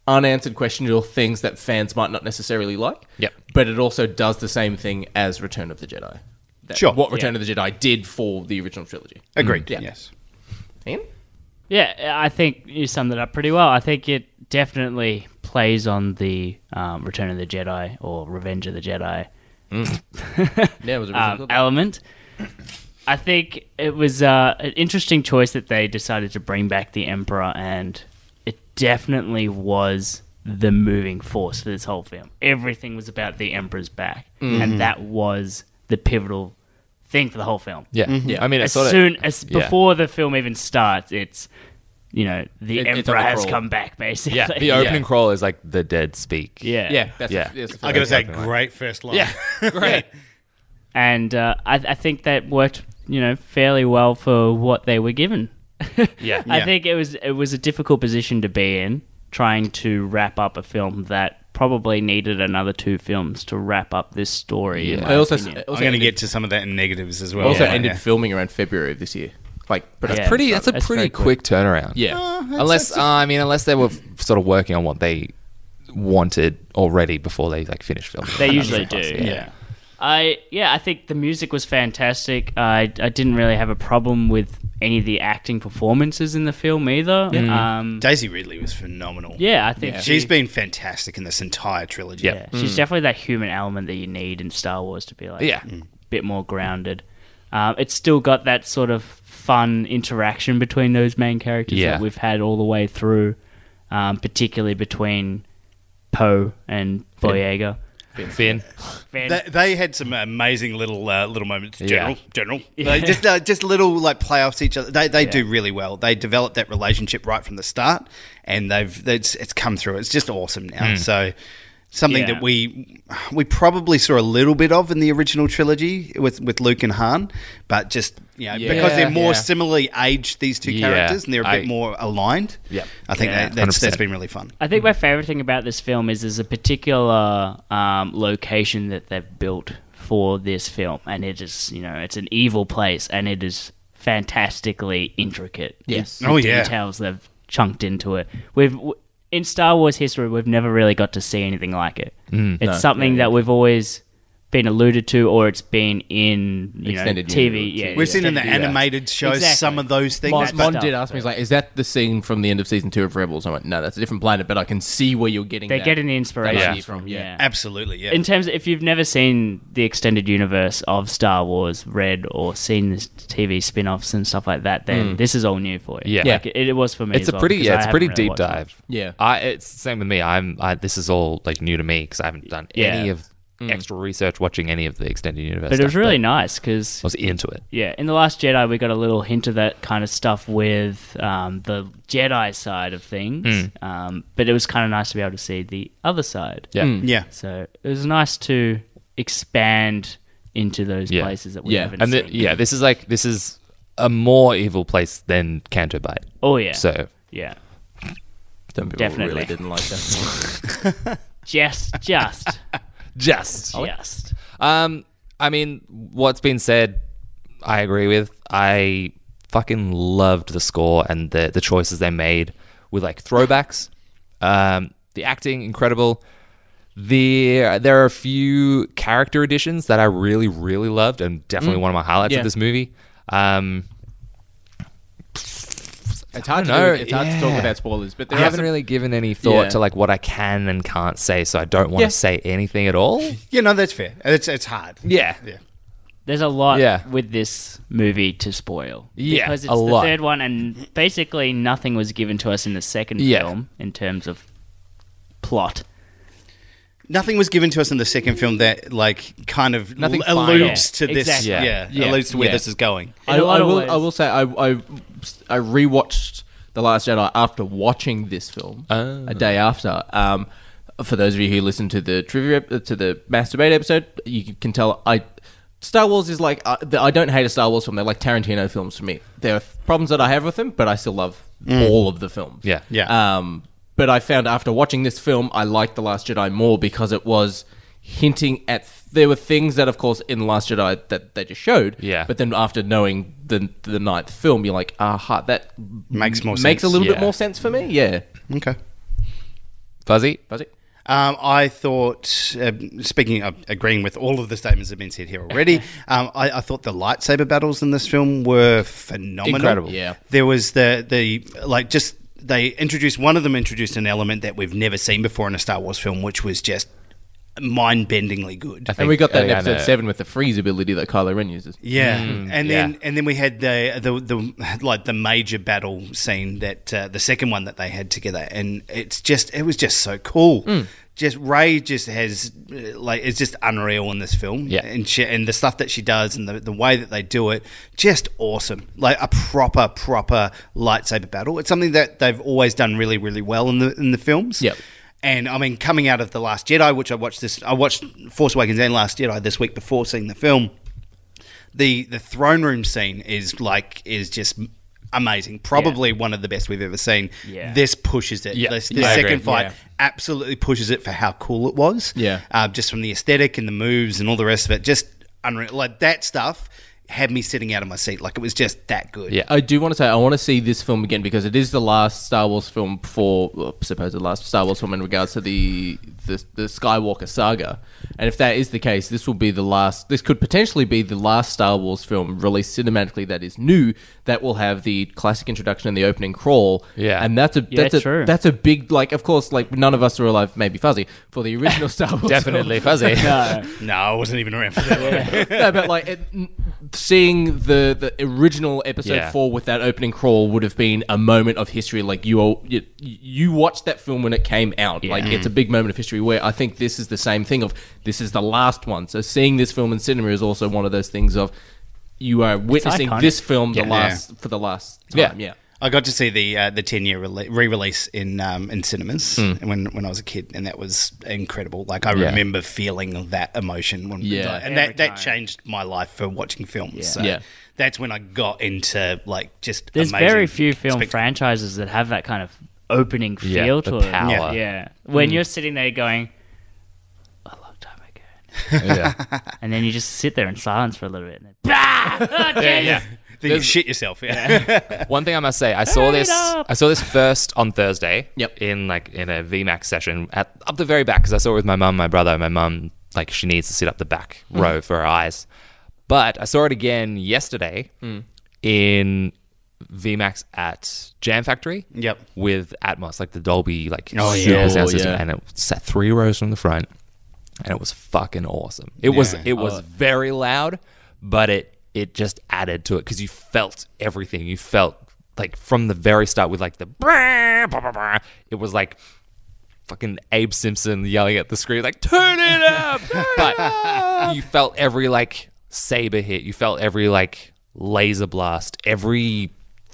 Speaker 5: unanswered questions or things that fans might not necessarily like.
Speaker 3: Yep.
Speaker 5: But it also does the same thing as Return of the Jedi. That-
Speaker 4: Sure.
Speaker 5: What Return of the Jedi did for the original trilogy.
Speaker 4: Agreed.
Speaker 5: Yeah.
Speaker 4: Yes.
Speaker 5: Ian?
Speaker 1: Yeah, I think you summed it up pretty well. I think it definitely plays on the um, Return of the Jedi or Revenge of the Jedi
Speaker 3: yeah, it was originally
Speaker 1: um, element. I think it was uh, an interesting choice that they decided to bring back the Emperor, and it definitely was the moving force for this whole film. Everything was about the Emperor's back,
Speaker 3: Mhm.
Speaker 1: and that was the pivotal thing for the whole film.
Speaker 3: Yeah. Mhm.
Speaker 5: Mm-hmm.
Speaker 3: Yeah, I mean, I
Speaker 1: as
Speaker 3: saw that-
Speaker 1: soon as
Speaker 3: yeah.
Speaker 1: before the film even starts, it's you know the
Speaker 3: It- it's on
Speaker 1: Emperor
Speaker 3: the
Speaker 1: has
Speaker 3: crawl.
Speaker 1: come back, basically.
Speaker 3: Yeah, the opening crawl is like the dead speak.
Speaker 1: Yeah. Yeah, that's the- that's the
Speaker 4: I gotta say,
Speaker 1: Exactly right.
Speaker 4: great first line.
Speaker 1: Yeah, great. and uh, I, I think that worked, you know, fairly well for what they were given.
Speaker 3: Yeah.
Speaker 1: I
Speaker 3: Yeah.
Speaker 1: think it was it was a difficult position to be in, trying to wrap up a film that probably needed another two films to wrap up this story. in my opinion.
Speaker 4: I'm going to get to some of that in negatives as well.
Speaker 5: Also
Speaker 4: Yeah.
Speaker 5: ended
Speaker 4: Yeah.
Speaker 5: filming around February of this year. Like,
Speaker 3: That's
Speaker 5: production
Speaker 3: pretty. That's a
Speaker 5: started.
Speaker 3: pretty
Speaker 5: very
Speaker 3: quick, turnaround.
Speaker 5: Yeah.
Speaker 1: Uh-huh.
Speaker 3: unless uh, I mean, unless they were f- sort of working on what they wanted already before they like finished filming.
Speaker 1: They
Speaker 3: That's
Speaker 1: usually do.
Speaker 3: impossible.
Speaker 1: Yeah. I yeah, I think the music was fantastic. I I didn't really have a problem with any of the acting performances in the film either.
Speaker 4: Mm.
Speaker 1: Um,
Speaker 4: Daisy Ridley was phenomenal.
Speaker 1: Yeah, I think
Speaker 4: she's
Speaker 1: she-
Speaker 4: been fantastic in this entire trilogy.
Speaker 1: Yeah, she's definitely that human element that you need in Star Wars to be like
Speaker 4: Yeah.
Speaker 1: a bit more grounded. Um, it's still got that sort of fun interaction between those main characters
Speaker 3: Yeah.
Speaker 1: that we've had all the way through, um, particularly between Poe and Boyega.
Speaker 3: Finn. Finn.
Speaker 4: They, they had some amazing little uh, little moments.
Speaker 1: Yeah.
Speaker 4: General, general.
Speaker 1: Yeah.
Speaker 4: They just uh, just little like playoffs each other. They they do really well. They developed that relationship right from the start, and they've it's it's come through. It's just awesome now.
Speaker 1: Hmm.
Speaker 12: Mm.
Speaker 4: So something
Speaker 12: Yeah.
Speaker 4: that we we probably saw a little bit of in the original trilogy with with Luke and Han, but just you know,
Speaker 12: Yeah,
Speaker 4: because they're more
Speaker 12: yeah.
Speaker 4: similarly aged these two
Speaker 12: Yeah,
Speaker 4: characters, and they're a bit
Speaker 12: I-
Speaker 4: more aligned.
Speaker 12: Yeah.
Speaker 4: I think
Speaker 1: Yeah.
Speaker 4: that, that's that's
Speaker 1: 100%.
Speaker 4: been really fun.
Speaker 1: I think my favorite thing about this film is there's a particular um, location that they've built for this film, and it is you know it's an evil place, and it is fantastically intricate.
Speaker 5: Yes.
Speaker 1: The
Speaker 5: Oh, yeah.
Speaker 1: details they've chunked into it. We've w- in Star Wars history, we've never really got to see anything like it.
Speaker 3: Mm.
Speaker 1: It's
Speaker 3: No.
Speaker 1: something that we've always been alluded to, or it's been in you
Speaker 5: Extended
Speaker 1: know TV.
Speaker 5: universe,
Speaker 1: Yeah,
Speaker 4: We've seen in the
Speaker 1: extended universe.
Speaker 4: animated shows
Speaker 1: Exactly.
Speaker 4: some of those things.
Speaker 5: Mon,
Speaker 4: but-
Speaker 5: Mon did ask me, he's like, is that the scene from the end of season two of Rebels? I went, no, that's a different planet, but I can see where you're getting
Speaker 1: They're
Speaker 5: that-
Speaker 1: getting the
Speaker 5: that
Speaker 1: inspiration
Speaker 5: idea from. Yeah.
Speaker 4: Absolutely, yeah.
Speaker 1: In terms, of, if you've never seen the extended universe of Star Wars, read or seen the TV spin-offs and stuff like that, then
Speaker 3: Mm.
Speaker 1: this is all new for you.
Speaker 3: Yeah,
Speaker 1: Like, it, it was for me.
Speaker 3: It's
Speaker 1: as
Speaker 3: a
Speaker 1: well,
Speaker 3: pretty,
Speaker 1: because
Speaker 3: yeah,
Speaker 1: I
Speaker 3: it's a
Speaker 1: haven't
Speaker 3: pretty
Speaker 1: really
Speaker 3: deep
Speaker 1: watched it.
Speaker 3: dive.
Speaker 5: Yeah,
Speaker 3: I, it's same with me. I'm I, this is all like new to me because I haven't done
Speaker 1: Yeah.
Speaker 3: any of extra research watching any of the extended universe.
Speaker 1: But it was
Speaker 3: stuff,
Speaker 1: really nice because
Speaker 3: I was into it.
Speaker 1: Yeah, in the Last Jedi, we got a little hint of that kind of stuff with um, the Jedi side of things.
Speaker 3: Mm.
Speaker 1: Um, but it was kind of nice to be able to see the other side.
Speaker 3: Yeah. Mm.
Speaker 4: yeah.
Speaker 1: So it was nice to expand into those places that we haven't
Speaker 3: and
Speaker 1: seen.
Speaker 3: the- yeah, this is like this is a more evil place than Canto Bite.
Speaker 1: Oh, yeah.
Speaker 3: So
Speaker 1: yeah,
Speaker 5: Some people
Speaker 1: Definitely.
Speaker 5: really didn't like that.
Speaker 1: just, just,
Speaker 3: just,
Speaker 1: just.
Speaker 3: Um, I mean, what's been said, I agree with. I fucking loved the score and the the choices they made with like throwbacks. Um, the acting incredible. The there are a few character additions that I really really loved and definitely
Speaker 5: Mm.
Speaker 3: one of my highlights
Speaker 5: Yeah.
Speaker 3: of this movie. Um,
Speaker 5: It's hard, to,
Speaker 3: I
Speaker 5: do,
Speaker 3: know,
Speaker 5: it's hard to talk
Speaker 3: yeah.
Speaker 5: about spoilers, but there
Speaker 3: I
Speaker 5: are
Speaker 3: haven't
Speaker 5: some-
Speaker 3: really given any thought
Speaker 5: Yeah.
Speaker 3: to like what I can and can't say, so I don't want
Speaker 5: Yeah.
Speaker 3: to say anything at all.
Speaker 4: Yeah, no, that's fair. It's it's hard.
Speaker 3: Yeah.
Speaker 4: Yeah.
Speaker 1: There's a lot
Speaker 3: Yeah.
Speaker 1: with this movie to spoil.
Speaker 3: Yeah,
Speaker 1: Because it's
Speaker 3: a
Speaker 1: the
Speaker 3: lot.
Speaker 1: third one, and basically nothing was given to us in the second
Speaker 3: Yeah.
Speaker 1: film in terms of plot.
Speaker 4: Nothing was given to us in the second film that like kind of
Speaker 1: Nothing
Speaker 4: l-
Speaker 1: final.
Speaker 4: alludes to this.
Speaker 1: Exactly.
Speaker 4: Yeah. alludes to where this is going.
Speaker 5: I, I will. I will say I, I I rewatched the Last Jedi after watching this film a day
Speaker 3: Ah.
Speaker 5: after. Um, for those of you who listen to the trivia ep- uh, to the masturbate episode, you can tell I Star Wars is like uh, the, I don't hate a Star Wars film. They're like Tarantino films for me. There are th- problems that I have with them, but I still love
Speaker 3: Mm.
Speaker 5: all of the films.
Speaker 3: Yeah.
Speaker 5: yeah. Um, but I found after watching this film, I liked the Last Jedi more because it was hinting at there were things that, of course, in the Last Jedi that they just showed.
Speaker 3: Yeah.
Speaker 5: But then after knowing the the ninth film, you're like, aha, that
Speaker 4: Makes more
Speaker 5: makes a
Speaker 4: sense.
Speaker 5: little bit
Speaker 4: Yeah.
Speaker 5: more sense for me. Yeah.
Speaker 4: Okay.
Speaker 3: Fuzzy.
Speaker 5: Fuzzy.
Speaker 4: Um, I thought, uh, speaking of agreeing with all of the statements that have been said here already, um, I, I thought the lightsaber battles in this film were phenomenal.
Speaker 3: Incredible. Yeah.
Speaker 4: There was the the like just they introduced one of them introduced an element that we've never seen before in a Star Wars film, which was just mind-bendingly good.
Speaker 5: and we got that in episode seven with the freeze ability that Kylo Ren uses.
Speaker 4: Yeah, and then and then we had the the the like the major battle scene that uh, the second one that they had together, and it's just it was just so cool. Just Ray just has uh, like it's just unreal in this film,
Speaker 3: Yeah.
Speaker 4: And she, and the stuff that she does and the, the way that they do it, just awesome. Like a proper proper lightsaber battle. It's something that they've always done really really well in the in the films.
Speaker 5: Yep.
Speaker 4: And I mean, coming out of the Last Jedi, which I watched this, I watched Force Awakens and Last Jedi this week before seeing the film the the throne room scene is like is just amazing. Probably one of the best we've ever seen.
Speaker 1: Yeah.
Speaker 4: This pushes it.
Speaker 5: Yeah,
Speaker 4: This,
Speaker 5: yeah,
Speaker 4: this
Speaker 5: I agree.
Speaker 4: second fight
Speaker 5: Yeah.
Speaker 4: absolutely pushes it for how cool it was.
Speaker 5: Yeah.
Speaker 4: Uh, just from the aesthetic and the moves and all the rest of it, just unreal. Like that stuff had me sitting out of my seat. Like it was just that good.
Speaker 5: I do want to say I want to see this film again because it is the last Star Wars film for well, supposed last Star Wars film in regards to the, the the Skywalker saga, and if that is the case, this will be the last. This could potentially be the last Star Wars film released cinematically that is new that will have the classic introduction and the opening crawl.
Speaker 3: Yeah.
Speaker 5: and that's a
Speaker 1: Yeah,
Speaker 5: that's a
Speaker 1: true.
Speaker 5: that's a big like. Of course, like none of us are alive. Maybe fuzzy for the original Star Wars. film.
Speaker 3: Definitely fuzzy.
Speaker 1: Uh,
Speaker 4: No, I wasn't even around for that.
Speaker 5: no, but like it, n- seeing the the original episode
Speaker 3: Yeah.
Speaker 5: four with that opening crawl would have been a moment of history. Like you all, you, you watched that film when it came out. Like it's a big moment of history. Where I think this is the same thing of this is the last one. So seeing this film in cinema is also one of those things of you are witnessing
Speaker 1: iconic.
Speaker 5: this film the
Speaker 4: Yeah.
Speaker 5: last for the last time. Yeah.
Speaker 4: I got to see the uh, the ten year re release in um, in cinemas
Speaker 5: Hmm.
Speaker 4: when when I was a kid, and that was incredible. Like I remember feeling that emotion when
Speaker 5: Yeah.
Speaker 4: and that, that changed my life for watching films. So
Speaker 5: Yeah.
Speaker 4: that's when I got into like just
Speaker 1: There's
Speaker 4: amazing
Speaker 1: very few film
Speaker 4: spect-
Speaker 1: franchises that have that kind of opening
Speaker 3: Yeah,
Speaker 1: feel
Speaker 3: the
Speaker 1: to it.
Speaker 3: power. Mm.
Speaker 1: Yeah. When you're sitting there going, a long time ago.
Speaker 3: yeah.
Speaker 1: And then you just sit there in silence for a little bit. And then, bah! Oh, Jesus!
Speaker 4: Then you shit yourself. Yeah,
Speaker 3: One thing I must say, I saw
Speaker 1: Hurry it
Speaker 3: this.
Speaker 1: up.
Speaker 3: I saw this first on Thursday.
Speaker 5: Yep.
Speaker 3: In like in a VMAX session at up the very back because I saw it with my mum, my brother. My mum like she needs to sit up the back
Speaker 5: Mm.
Speaker 3: row for her eyes. But I saw it again yesterday
Speaker 5: Mm.
Speaker 3: in VMAX at Jam Factory.
Speaker 4: Yep.
Speaker 3: With Atmos, like the Dolby, like
Speaker 4: Oh,
Speaker 3: super
Speaker 4: yeah.
Speaker 3: sound
Speaker 5: Sure,
Speaker 3: system,
Speaker 5: yeah.
Speaker 3: and it sat three rows from the front, and it was fucking awesome. It was
Speaker 4: Yeah.
Speaker 3: it was
Speaker 5: Uh,
Speaker 3: very loud, but it it just added to it because you felt everything. You felt like from the very start with like the brah, brah, brah, brah, it was like fucking Abe Simpson yelling at the screen like turn it up, but you felt every like saber hit. You felt every like laser blast. Every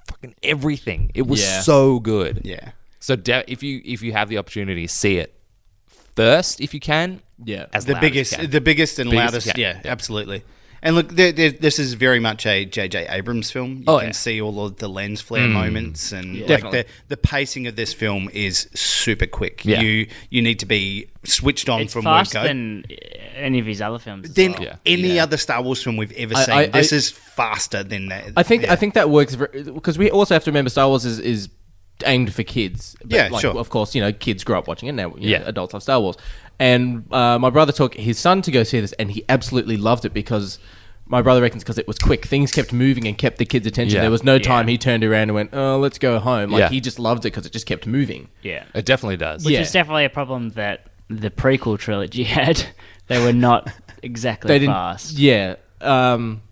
Speaker 3: fucking everything. It was
Speaker 5: Yeah.
Speaker 3: so good.
Speaker 4: yeah.
Speaker 3: So de- if you if you have the opportunity, see it first if you can.
Speaker 5: Yeah.
Speaker 3: as
Speaker 4: the
Speaker 3: loud as you
Speaker 4: biggest,
Speaker 3: can.
Speaker 4: the biggest and
Speaker 3: Biggest,
Speaker 4: loudest.
Speaker 3: yeah.
Speaker 4: Yeah, absolutely. And look, there, there, this is very much a J.J. Abrams film. You
Speaker 3: Oh,
Speaker 4: can
Speaker 3: yeah.
Speaker 4: see all of the lens flare moments, and like
Speaker 5: Definitely.
Speaker 4: the, the pacing of this film is super quick.
Speaker 3: Yeah.
Speaker 4: You you need to be switched on
Speaker 1: It's
Speaker 4: from one
Speaker 1: faster
Speaker 4: go.
Speaker 1: than uh, any of his other films. as
Speaker 4: than
Speaker 1: well.
Speaker 3: Yeah.
Speaker 4: any other Star Wars film we've ever
Speaker 5: I-
Speaker 4: seen.
Speaker 5: I-
Speaker 4: this
Speaker 5: I-
Speaker 4: is faster than that.
Speaker 5: I think I think that works because we also have to remember Star Wars is, is aimed for kids. But,
Speaker 4: Yeah,
Speaker 5: like,
Speaker 4: sure.
Speaker 5: Of course, you know kids grow up watching it now. you know,
Speaker 3: Yeah.
Speaker 5: adults love Star Wars, and uh, my brother took his son to go see this, and he absolutely loved it because. My brother reckons because it was quick. Things kept moving and kept the kids' attention.
Speaker 3: Yeah.
Speaker 5: There was no time he turned around and went, "Oh, let's go home." Like
Speaker 3: Yeah.
Speaker 5: he just loved it because it just kept moving.
Speaker 1: Yeah.
Speaker 3: It definitely does.
Speaker 1: Which
Speaker 5: Yeah.
Speaker 1: is definitely a problem that the prequel trilogy had. They were not exactly
Speaker 5: They didn't.
Speaker 1: fast.
Speaker 5: Yeah. Um,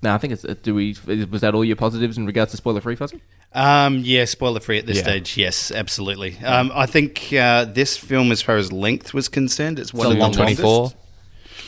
Speaker 5: no, I think it's. uh, Do we? Was that all your positives in regards to spoiler-free, Fuzzy?
Speaker 4: Um, yeah, spoiler free at this
Speaker 3: Yeah.
Speaker 4: stage. Yes, absolutely. Um, I think uh, this film, as far as length was concerned, it's one
Speaker 5: a
Speaker 4: of the
Speaker 5: long one.
Speaker 4: longest.
Speaker 3: 224.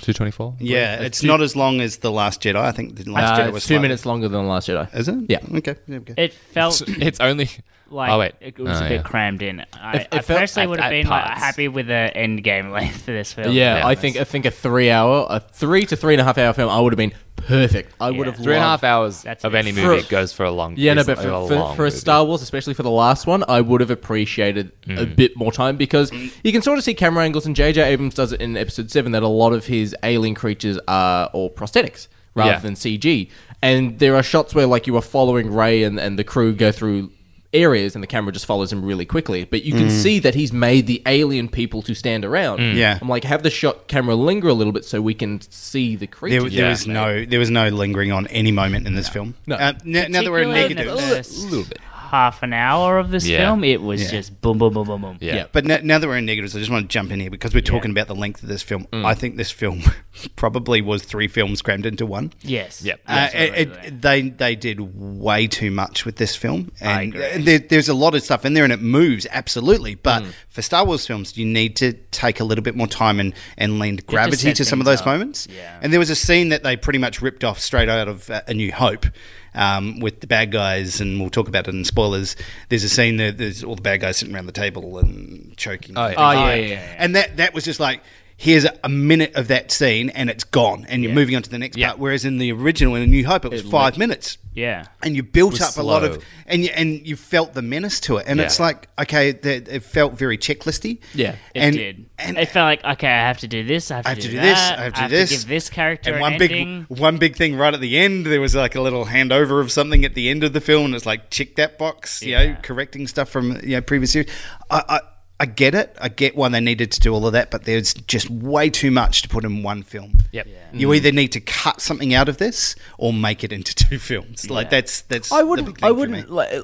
Speaker 3: 224?
Speaker 4: Yeah, it's, not as long as the Last Jedi. I think the Last
Speaker 5: Uh,
Speaker 4: Jedi
Speaker 5: it's
Speaker 4: was
Speaker 5: two
Speaker 4: slightly-
Speaker 5: minutes longer than the Last Jedi.
Speaker 4: Is it?
Speaker 5: Yeah.
Speaker 4: Okay. There we go.
Speaker 1: It felt
Speaker 3: It's only.
Speaker 1: like
Speaker 3: oh, wait.
Speaker 1: it was
Speaker 3: Oh,
Speaker 1: a bit
Speaker 3: yeah.
Speaker 1: crammed in. I,
Speaker 5: It- it
Speaker 1: I
Speaker 5: felt-
Speaker 1: personally
Speaker 3: at-
Speaker 1: would have
Speaker 3: at
Speaker 1: been like,
Speaker 3: parts.
Speaker 1: happy with the end game length for this film.
Speaker 5: Yeah,
Speaker 3: Yeah.
Speaker 5: I think I think a three hour, a three to three and a half hour film, I would have been perfect. I would
Speaker 1: Yeah.
Speaker 5: have
Speaker 3: Three and a
Speaker 5: loved-
Speaker 3: half hours
Speaker 1: That's
Speaker 3: of
Speaker 1: it.
Speaker 3: any
Speaker 5: For-
Speaker 3: movie goes for a long
Speaker 5: Yeah, no,
Speaker 3: is
Speaker 5: but
Speaker 3: a
Speaker 5: for, for,
Speaker 3: long
Speaker 5: for a
Speaker 3: movie.
Speaker 5: Star Wars, especially for the last one, I would have appreciated a
Speaker 3: Mm.
Speaker 5: bit more time because you can sort of see camera angles, and J.J. Abrams does it in Episode Seven that a lot of his alien creatures are all prosthetics rather
Speaker 3: Yeah.
Speaker 5: than CG, and there are shots where like you are following Ray and, and the crew go through areas, and the camera just follows him really quickly, but you can see that he's made the alien people to stand around.
Speaker 4: Mm.
Speaker 3: Mm.
Speaker 4: Yeah.
Speaker 5: I'm like, have the shot camera linger a little bit so we can see
Speaker 4: There,
Speaker 5: the creatures.
Speaker 4: there was no, there was no lingering on any moment in this film.
Speaker 5: No.
Speaker 4: Uh, n- now that we're in
Speaker 1: Particularly in the
Speaker 4: negatives,
Speaker 1: first- half an hour of this
Speaker 4: Yeah.
Speaker 1: film, it was
Speaker 4: Yeah.
Speaker 1: just boom, boom, boom, boom, boom.
Speaker 4: Yeah. But now, now that we're in negatives, I just want to jump in here because we're talking about the length of this film.
Speaker 1: Mm.
Speaker 4: I think this film probably was three films crammed into one.
Speaker 1: Yes. Yep.
Speaker 4: Uh,
Speaker 1: Yes, I
Speaker 4: it-
Speaker 1: agree with
Speaker 4: it- they they did way too much with this film, and
Speaker 1: I agree.
Speaker 4: There, there's a lot of stuff in there, and it moves absolutely. But for Star Wars films, you need to take a little bit more time and and lend gravity
Speaker 5: set
Speaker 4: to some of
Speaker 5: things
Speaker 4: those
Speaker 5: up.
Speaker 4: moments. Yeah. And there was a scene that they pretty much ripped off straight out of uh, A New Hope. Um, with the bad guys, and we'll talk about it in spoilers. There's a scene that there's all the bad guys sitting around the table and choking.
Speaker 5: Oh, yeah.
Speaker 4: Oh,
Speaker 5: Oh, yeah, yeah, yeah.
Speaker 4: And that that was just like here's a minute of that scene and it's gone, and you're moving on to the next part. Whereas in the original, in A New Hope, it was
Speaker 1: It
Speaker 4: five
Speaker 1: lit-
Speaker 4: minutes.
Speaker 1: Yeah.
Speaker 4: And you built
Speaker 1: Was
Speaker 4: up a lot
Speaker 1: slow.
Speaker 4: of, and you, and you felt the menace to it, and it's
Speaker 1: Yeah.
Speaker 4: like okay, that it felt very checklisty.
Speaker 1: Yeah. It
Speaker 4: and
Speaker 1: did. it felt like, okay, I have to do this, I have,
Speaker 4: I have to do
Speaker 1: that,
Speaker 4: this. I have to do this.
Speaker 1: give this character
Speaker 4: and
Speaker 1: an
Speaker 4: one
Speaker 1: ending.
Speaker 4: big one big thing right at the end. There was like a little handover of something at the end of the film, and it's like check that box, you know, correcting stuff from you know previous series. I, I I get it. I get why they needed to do all of that, but there's just way too much to put in one film.
Speaker 3: Yep.
Speaker 5: Mm-hmm.
Speaker 4: You either need to cut something out of this or make it into two films. Like that's that's
Speaker 5: I wouldn't. I wouldn't. Like,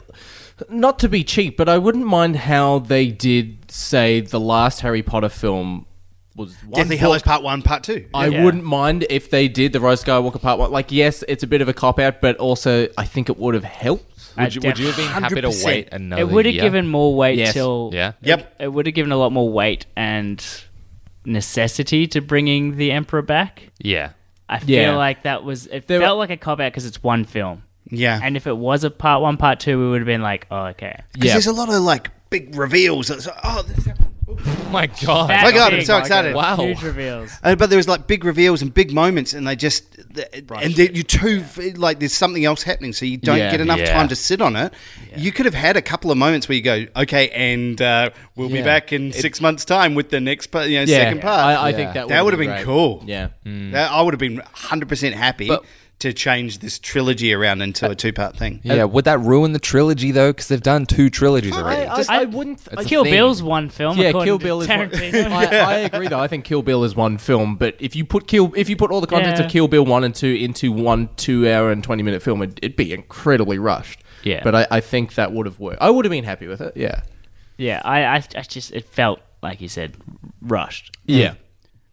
Speaker 5: not to be cheap, but I wouldn't mind how they did say the last Harry Potter film was one
Speaker 4: Deathly
Speaker 5: book.
Speaker 4: Hallows Part One, Part Two.
Speaker 5: I wouldn't mind if they did the Rise of Skywalker Part One. Like, yes, it's a bit of a cop out, but also I think it would have helped.
Speaker 1: I definitely-
Speaker 3: Oh,
Speaker 1: It would have given more weight till.
Speaker 4: Yep.
Speaker 1: It, would have given a lot more weight and necessity to bringing the Emperor back.
Speaker 3: Yeah.
Speaker 1: I feel
Speaker 3: Yeah.
Speaker 1: like that was. It felt like a cop out because it's one film.
Speaker 4: Yeah.
Speaker 1: And if it was a part one, part two, we would have been like, oh, okay.
Speaker 4: Because there's a lot of like big reveals. It's like, oh, this-
Speaker 3: Oh my god!
Speaker 4: my god, I'm so
Speaker 1: my God.
Speaker 4: excited!
Speaker 1: Wow. Huge reveals.
Speaker 4: Uh, but there was like big reveals and big moments, and they just th- and they, you too f like there's something else happening, so you don't
Speaker 5: Yeah.
Speaker 4: get enough
Speaker 5: Yeah.
Speaker 4: time to sit on it. You could have had a couple of moments where you go, okay, and uh, we'll
Speaker 5: Yeah.
Speaker 4: be back in
Speaker 5: It-
Speaker 4: six months' time with the next, part, you know,
Speaker 5: Yeah.
Speaker 4: second part.
Speaker 5: I- I think Yeah. that
Speaker 4: that would
Speaker 5: would've
Speaker 4: have been,
Speaker 5: been great.
Speaker 4: cool. Mm.
Speaker 5: Yeah,
Speaker 4: That- I would have been 100 percent happy to change this trilogy around into a two part thing.
Speaker 3: Yeah, would that ruin the trilogy though? Because they've done two trilogies already.
Speaker 5: I, I, I wouldn't.
Speaker 3: That's the
Speaker 1: Kill
Speaker 3: thing.
Speaker 1: Bill's one film.
Speaker 5: yeah,
Speaker 1: according
Speaker 5: Kill
Speaker 1: to
Speaker 5: Bill is. One,
Speaker 1: Tarantino.
Speaker 5: I, I agree though. I think Kill Bill is one film, but if you put Kill, if you put all the contents
Speaker 1: Yeah.
Speaker 5: of Kill Bill one and two into one two-hour and twenty-minute film, it'd, it'd be incredibly rushed.
Speaker 1: Yeah.
Speaker 5: but I, I think that would have worked. I would have been happy with it. Yeah,
Speaker 1: Yeah, I, I, I just it felt like you said rushed.
Speaker 5: Yeah.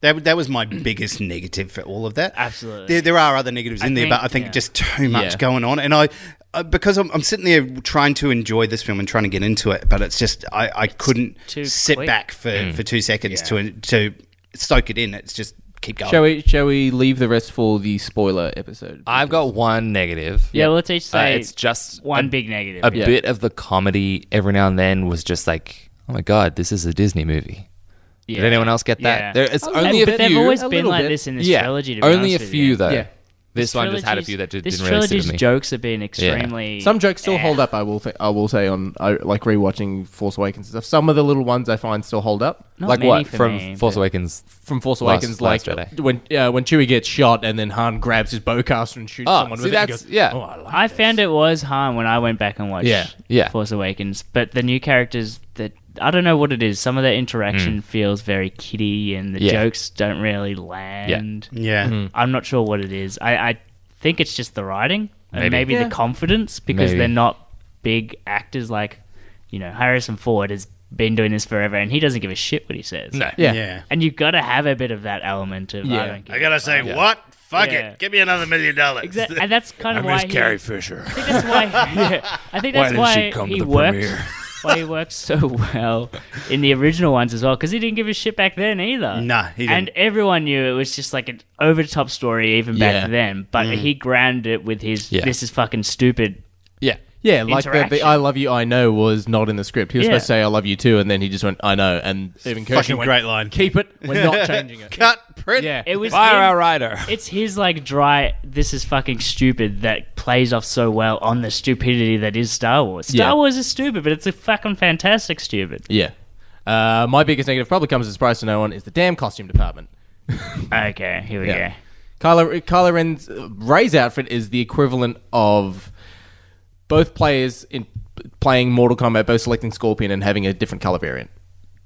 Speaker 4: That, that was my biggest negative for all of that.
Speaker 1: Absolutely.
Speaker 4: There, there are other negatives in
Speaker 1: I
Speaker 4: there, but
Speaker 1: think-
Speaker 4: I think
Speaker 1: yeah.
Speaker 4: just too much
Speaker 1: Yeah.
Speaker 4: going on. And I, uh, because I'm, I'm sitting there trying to enjoy this film and trying to get into it, but it's just, I, I couldn't
Speaker 5: too
Speaker 4: sit
Speaker 5: quick.
Speaker 4: back for,
Speaker 5: Mm.
Speaker 4: for two seconds to, to soak it in. It's just keep going.
Speaker 5: Um, shall we? Shall we leave the rest for the spoiler episode?
Speaker 3: I've got one negative.
Speaker 1: Yeah, let's each
Speaker 3: Uh,
Speaker 1: say
Speaker 3: it's just
Speaker 1: one big negative.
Speaker 3: a bit of the comedy every now and then was just like, oh my god, this is a Disney movie. Did
Speaker 1: Yeah.
Speaker 3: anyone else get that?
Speaker 1: Oh, Yeah.
Speaker 3: There, it's
Speaker 1: A little
Speaker 3: only a
Speaker 1: bit.
Speaker 3: few.
Speaker 1: They've always A been little like bit. this in this
Speaker 3: yeah.
Speaker 1: trilogy, to be
Speaker 3: only
Speaker 1: honest
Speaker 3: a
Speaker 1: with
Speaker 3: few
Speaker 1: you.
Speaker 3: though.
Speaker 1: Yeah.
Speaker 3: This,
Speaker 1: This
Speaker 3: one just had a
Speaker 1: trilogy's-
Speaker 3: few that did,
Speaker 1: this
Speaker 3: didn't really sit with
Speaker 1: trilogy's
Speaker 3: me.
Speaker 1: jokes have been extremely-
Speaker 5: Some jokes still hold up. I will. Th- I will say on I, like rewatching Force Awakens and stuff. Some of the little ones I find still hold up.
Speaker 3: Not Like many what? for From me, Force but- Awakens-
Speaker 5: From Force
Speaker 3: Last-
Speaker 5: Awakens,
Speaker 3: Last
Speaker 5: like
Speaker 3: Jedi.
Speaker 5: when uh, when Chewie gets shot and then Han grabs his bowcaster and shoots someone with it. And goes, "Oh, I
Speaker 1: I, found it was harm when I went back and watched
Speaker 5: Yeah.
Speaker 3: Yeah.
Speaker 1: Force Awakens, but the new characters that I don't know what it is. Some of their interaction feels very kiddie, and the
Speaker 3: Mm. Yeah.
Speaker 1: jokes don't really land.
Speaker 4: Yeah. Mhm.
Speaker 1: I'm not sure what it is. I, I think it's just the writing and
Speaker 3: Maybe.
Speaker 1: maybe
Speaker 3: Yeah.
Speaker 1: the confidence because
Speaker 3: Maybe.
Speaker 1: they're not big actors like you know Harrison Ford has been doing this forever, and he doesn't give a shit what he says.
Speaker 3: No. Yeah. Yeah.
Speaker 1: and you've got to have a bit of that element of I
Speaker 3: Yeah.
Speaker 1: don't give
Speaker 12: I gotta say,
Speaker 1: fuck.
Speaker 12: what? Fuck
Speaker 1: Yeah.
Speaker 12: it. Give me another million dollars.
Speaker 1: Exactly, and that's kind of
Speaker 12: I
Speaker 1: why
Speaker 12: miss
Speaker 1: he-
Speaker 12: Carrie Fisher.
Speaker 1: I think that's why. yeah, I think
Speaker 12: Why
Speaker 1: that's
Speaker 12: didn't
Speaker 1: why,
Speaker 12: she come to
Speaker 1: he
Speaker 12: the
Speaker 1: worked.
Speaker 12: premiere?
Speaker 1: Why he worked so well in the original ones as well, because he didn't give a shit back then either.
Speaker 4: Nah, he didn't.
Speaker 1: And everyone knew it was just like an over the top story even back
Speaker 5: Yeah.
Speaker 1: then, but
Speaker 5: Mm.
Speaker 1: he grounded it with his
Speaker 5: Yeah.
Speaker 1: "this is fucking stupid."
Speaker 3: Yeah,
Speaker 5: Yeah, like the, the
Speaker 1: Interaction.
Speaker 5: "I love you, I know" was not in the script. He was
Speaker 1: Yeah.
Speaker 5: supposed to say "I love you too," and then he just went "I know." And even Kirshner
Speaker 1: Fucking
Speaker 5: went,
Speaker 1: great
Speaker 5: line. Keep it. We're not changing it.
Speaker 4: Cut, print.
Speaker 5: Yeah,
Speaker 1: It was
Speaker 5: Fire
Speaker 1: him-
Speaker 5: our rider.
Speaker 1: It's his like dry. This is fucking stupid that plays off so well on the stupidity that is Star Wars. Star
Speaker 5: Yeah.
Speaker 1: Wars is stupid, but it's a fucking fantastic stupid.
Speaker 5: Yeah. Uh, my biggest negative probably comes as a surprise to no one is the damn costume department.
Speaker 1: okay, here we go.
Speaker 5: Kylo, Kylo Ren's uh, Ray's outfit is the equivalent of both players in playing Mortal Kombat, both selecting Scorpion and having a different color variant.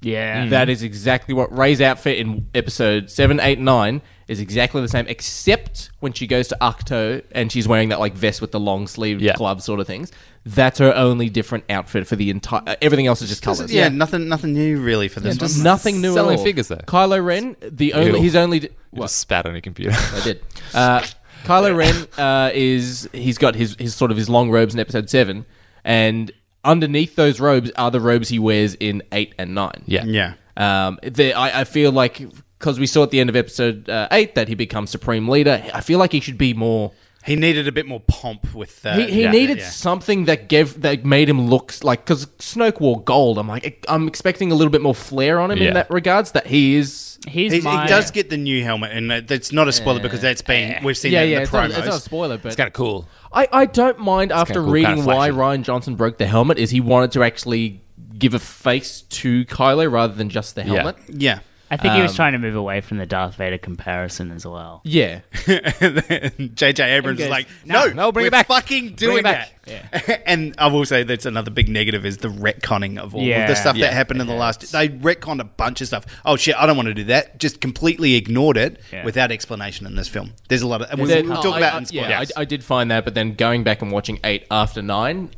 Speaker 1: Yeah. Mm.
Speaker 3: Hmm.
Speaker 5: That is exactly what Ray's outfit in episode 7, 8, 9 is exactly the same, except when she goes to Akto and she's wearing that like vest with the long sleeve
Speaker 3: Yeah.
Speaker 5: glove sort of things. That's her only different outfit for the entire. uh, Everything else is just colors.
Speaker 4: Yeah, nothing, nothing new really for
Speaker 5: Yeah,
Speaker 4: this
Speaker 5: just
Speaker 4: one.
Speaker 5: nothing new
Speaker 3: Selling
Speaker 5: at all.
Speaker 3: figures, though.
Speaker 5: Kylo Ren, the only
Speaker 3: Ew.
Speaker 5: he's only d-
Speaker 3: You
Speaker 5: what
Speaker 3: just spat on your computer.
Speaker 5: I did. Uh, Kylo Ren uh, is he's got his his sort of his long robes in Episode Seven, and underneath those robes are the robes he wears in Eight and Nine.
Speaker 3: Yeah.
Speaker 4: Yeah.
Speaker 5: Um, the, I, I feel like because we saw at the end of Episode uh, Eight that he becomes Supreme Leader. I feel like he should be more.
Speaker 4: He needed a bit more pomp with. Uh,
Speaker 5: He, he
Speaker 4: yeah,
Speaker 5: needed
Speaker 4: yeah.
Speaker 5: something that gave that made him look s- like because Snoke wore gold. I'm like I'm expecting a little bit more flair on him
Speaker 3: Yeah.
Speaker 5: in that regards. That he is
Speaker 1: He's
Speaker 4: He, he
Speaker 1: my-
Speaker 4: does get the new helmet, and that- that's not a spoiler because that's been we've seen
Speaker 5: yeah
Speaker 4: that in
Speaker 5: yeah.
Speaker 4: the
Speaker 5: It's
Speaker 4: promos.
Speaker 5: not, it's not a spoiler, but
Speaker 3: It's kind of cool.
Speaker 5: I, I don't mind after
Speaker 3: kinda cool,
Speaker 5: reading
Speaker 3: kinda
Speaker 5: why
Speaker 3: flashy.
Speaker 5: Ryan Johnson broke the helmet is he wanted to actually give a face to Kylo rather than just the helmet.
Speaker 4: yeah,
Speaker 1: I think he was trying to move away from the Darth Vader comparison as well.
Speaker 5: Yeah.
Speaker 4: JJ Abrams is
Speaker 5: goes,
Speaker 4: like, no,
Speaker 5: no, bring it
Speaker 4: we're
Speaker 5: back.
Speaker 4: fucking doing
Speaker 5: it back."
Speaker 4: that. and I will say that's another big negative is the retconning of all
Speaker 1: Yeah.
Speaker 4: of the stuff
Speaker 1: Yeah.
Speaker 4: that happened in the last. They retconned a bunch of stuff. Oh shit, I don't want to do that. Just completely ignored it
Speaker 1: Yeah.
Speaker 4: without explanation in this film. There's a lot of, and we'll,
Speaker 5: Then-
Speaker 4: we'll
Speaker 5: oh,
Speaker 4: talk
Speaker 5: I-
Speaker 4: about
Speaker 5: I-
Speaker 4: it in spoilers.
Speaker 5: Yeah, I, I did find that, but then going back and watching 8 after 9,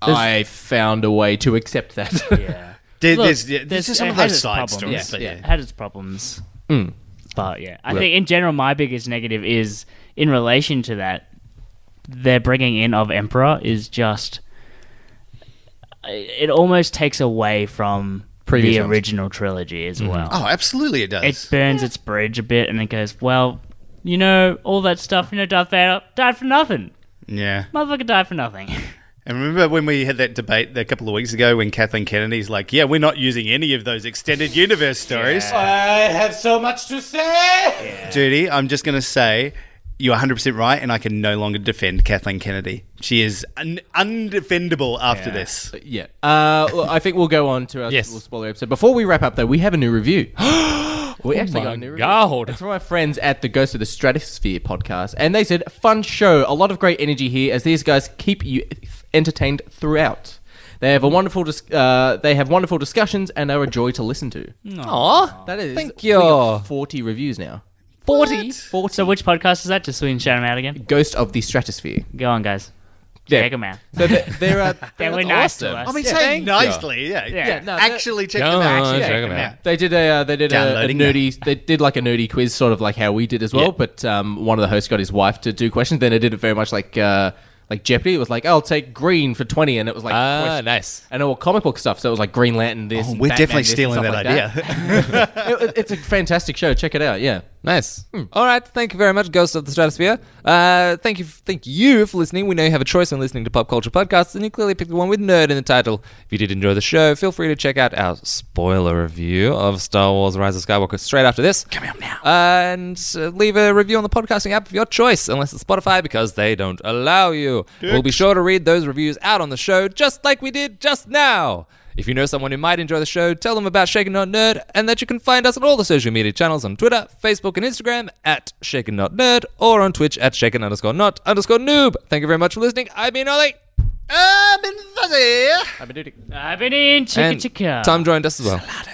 Speaker 5: I found a way to accept that.
Speaker 1: Yeah.
Speaker 4: There-
Speaker 1: Look,
Speaker 4: there's, yeah, there's, just some
Speaker 1: it
Speaker 4: of
Speaker 1: has
Speaker 4: those
Speaker 1: its
Speaker 4: side
Speaker 1: problems.
Speaker 4: stories. but
Speaker 1: It
Speaker 4: yeah. Mm.
Speaker 1: had its problems. But yeah, I think in general, my biggest negative is in relation to that, their bringing in of Emperor is just. It almost takes away from
Speaker 5: Previous
Speaker 1: the
Speaker 5: ones.
Speaker 1: original trilogy as well.
Speaker 4: Oh, absolutely, it does.
Speaker 1: It burns its bridge a bit and it goes, well, you know, all that stuff, you know, Darth Vader died for nothing.
Speaker 4: yeah.
Speaker 1: Motherfucker died for nothing.
Speaker 4: And remember when we had that debate a couple of weeks ago when Kathleen Kennedy's like, yeah, we're not using any of those extended universe stories.
Speaker 5: I have so much to say!
Speaker 4: Judy, I'm just going to say you're 100% right, and I can no longer defend Kathleen Kennedy. She is un- undefendable after this.
Speaker 5: Yeah. Uh, well, I think we'll go on to our
Speaker 3: Yes.
Speaker 5: little spoiler episode. Before we wrap up, though, we have a new review. we actually
Speaker 3: Oh my
Speaker 5: got a new review.
Speaker 3: God.
Speaker 5: It's from our friends at the Ghost of the Stratosphere podcast, and they said, "Fun show, a lot of great energy here, as these guys keep you entertained throughout." They have a wonderful, dis- uh, they have wonderful discussions, and are a joy to listen to.
Speaker 3: Aw.
Speaker 5: That is,
Speaker 3: Thank
Speaker 5: we got
Speaker 3: you.
Speaker 5: Forty reviews now.
Speaker 3: 40.
Speaker 5: Forty.
Speaker 1: so, which podcast is that? Just so we can shout them out again.
Speaker 5: Ghost of the Stratosphere.
Speaker 1: Go on, guys.
Speaker 5: Yeah.
Speaker 1: Check them out.
Speaker 5: So there, there are.
Speaker 1: They were
Speaker 5: that's
Speaker 1: nice
Speaker 5: awesome.
Speaker 1: to us.
Speaker 4: I mean,
Speaker 5: Yeah,
Speaker 4: saying
Speaker 5: thank you.
Speaker 4: nicely, yeah.
Speaker 1: Yeah,
Speaker 5: no, that-
Speaker 4: Actually, check
Speaker 3: Go
Speaker 4: them out.
Speaker 3: on,
Speaker 4: Actually,
Speaker 3: check
Speaker 4: check
Speaker 3: them
Speaker 4: them
Speaker 3: out.
Speaker 4: out.
Speaker 5: They did a uh, they did a, a
Speaker 4: Downloading
Speaker 5: nerdy they did like a nerdy quiz sort of like how we did as well. But um, one of the hosts got his wife to do questions. Then it did it very much like uh, like Jeopardy. It was like oh, I'll take green for twenty, and it was like
Speaker 3: Ah,
Speaker 5: question-
Speaker 3: nice.
Speaker 5: And all comic book stuff. So it was like Green Lantern. This
Speaker 4: Oh,
Speaker 5: and
Speaker 4: we're definitely
Speaker 5: Batman this and
Speaker 4: stealing
Speaker 5: stuff
Speaker 4: that
Speaker 5: like
Speaker 4: idea.
Speaker 5: It- it's a fantastic show. Check it out. Yeah.
Speaker 3: Nice. Hmm. All right. Thank you very much, Ghost of the Stratosphere. Uh, thank you, thank you for listening. We know you have a choice in listening to pop culture podcasts, and you clearly picked the one with nerd in the title. If you did enjoy the show, feel free to check out our spoiler review of Star Wars: Rise of Skywalker straight after this. Come out now, and uh, leave a review on the podcasting app of your choice, unless it's Spotify because they don't allow you. We'll be sure to read those reviews out on the show, just like we did just now. If you know someone who might enjoy the show, tell them about Shaken Not Nerd and that you can find us on all the social media channels on Twitter, Facebook, and Instagram at Shaken Not Nerd or on Twitch at Shaken underscore not underscore noob. Thank you very much for listening. I've been Ollie.
Speaker 1: I've been in Chicka
Speaker 3: And
Speaker 1: Chicka.
Speaker 3: Tom joined us as well.
Speaker 1: Salada.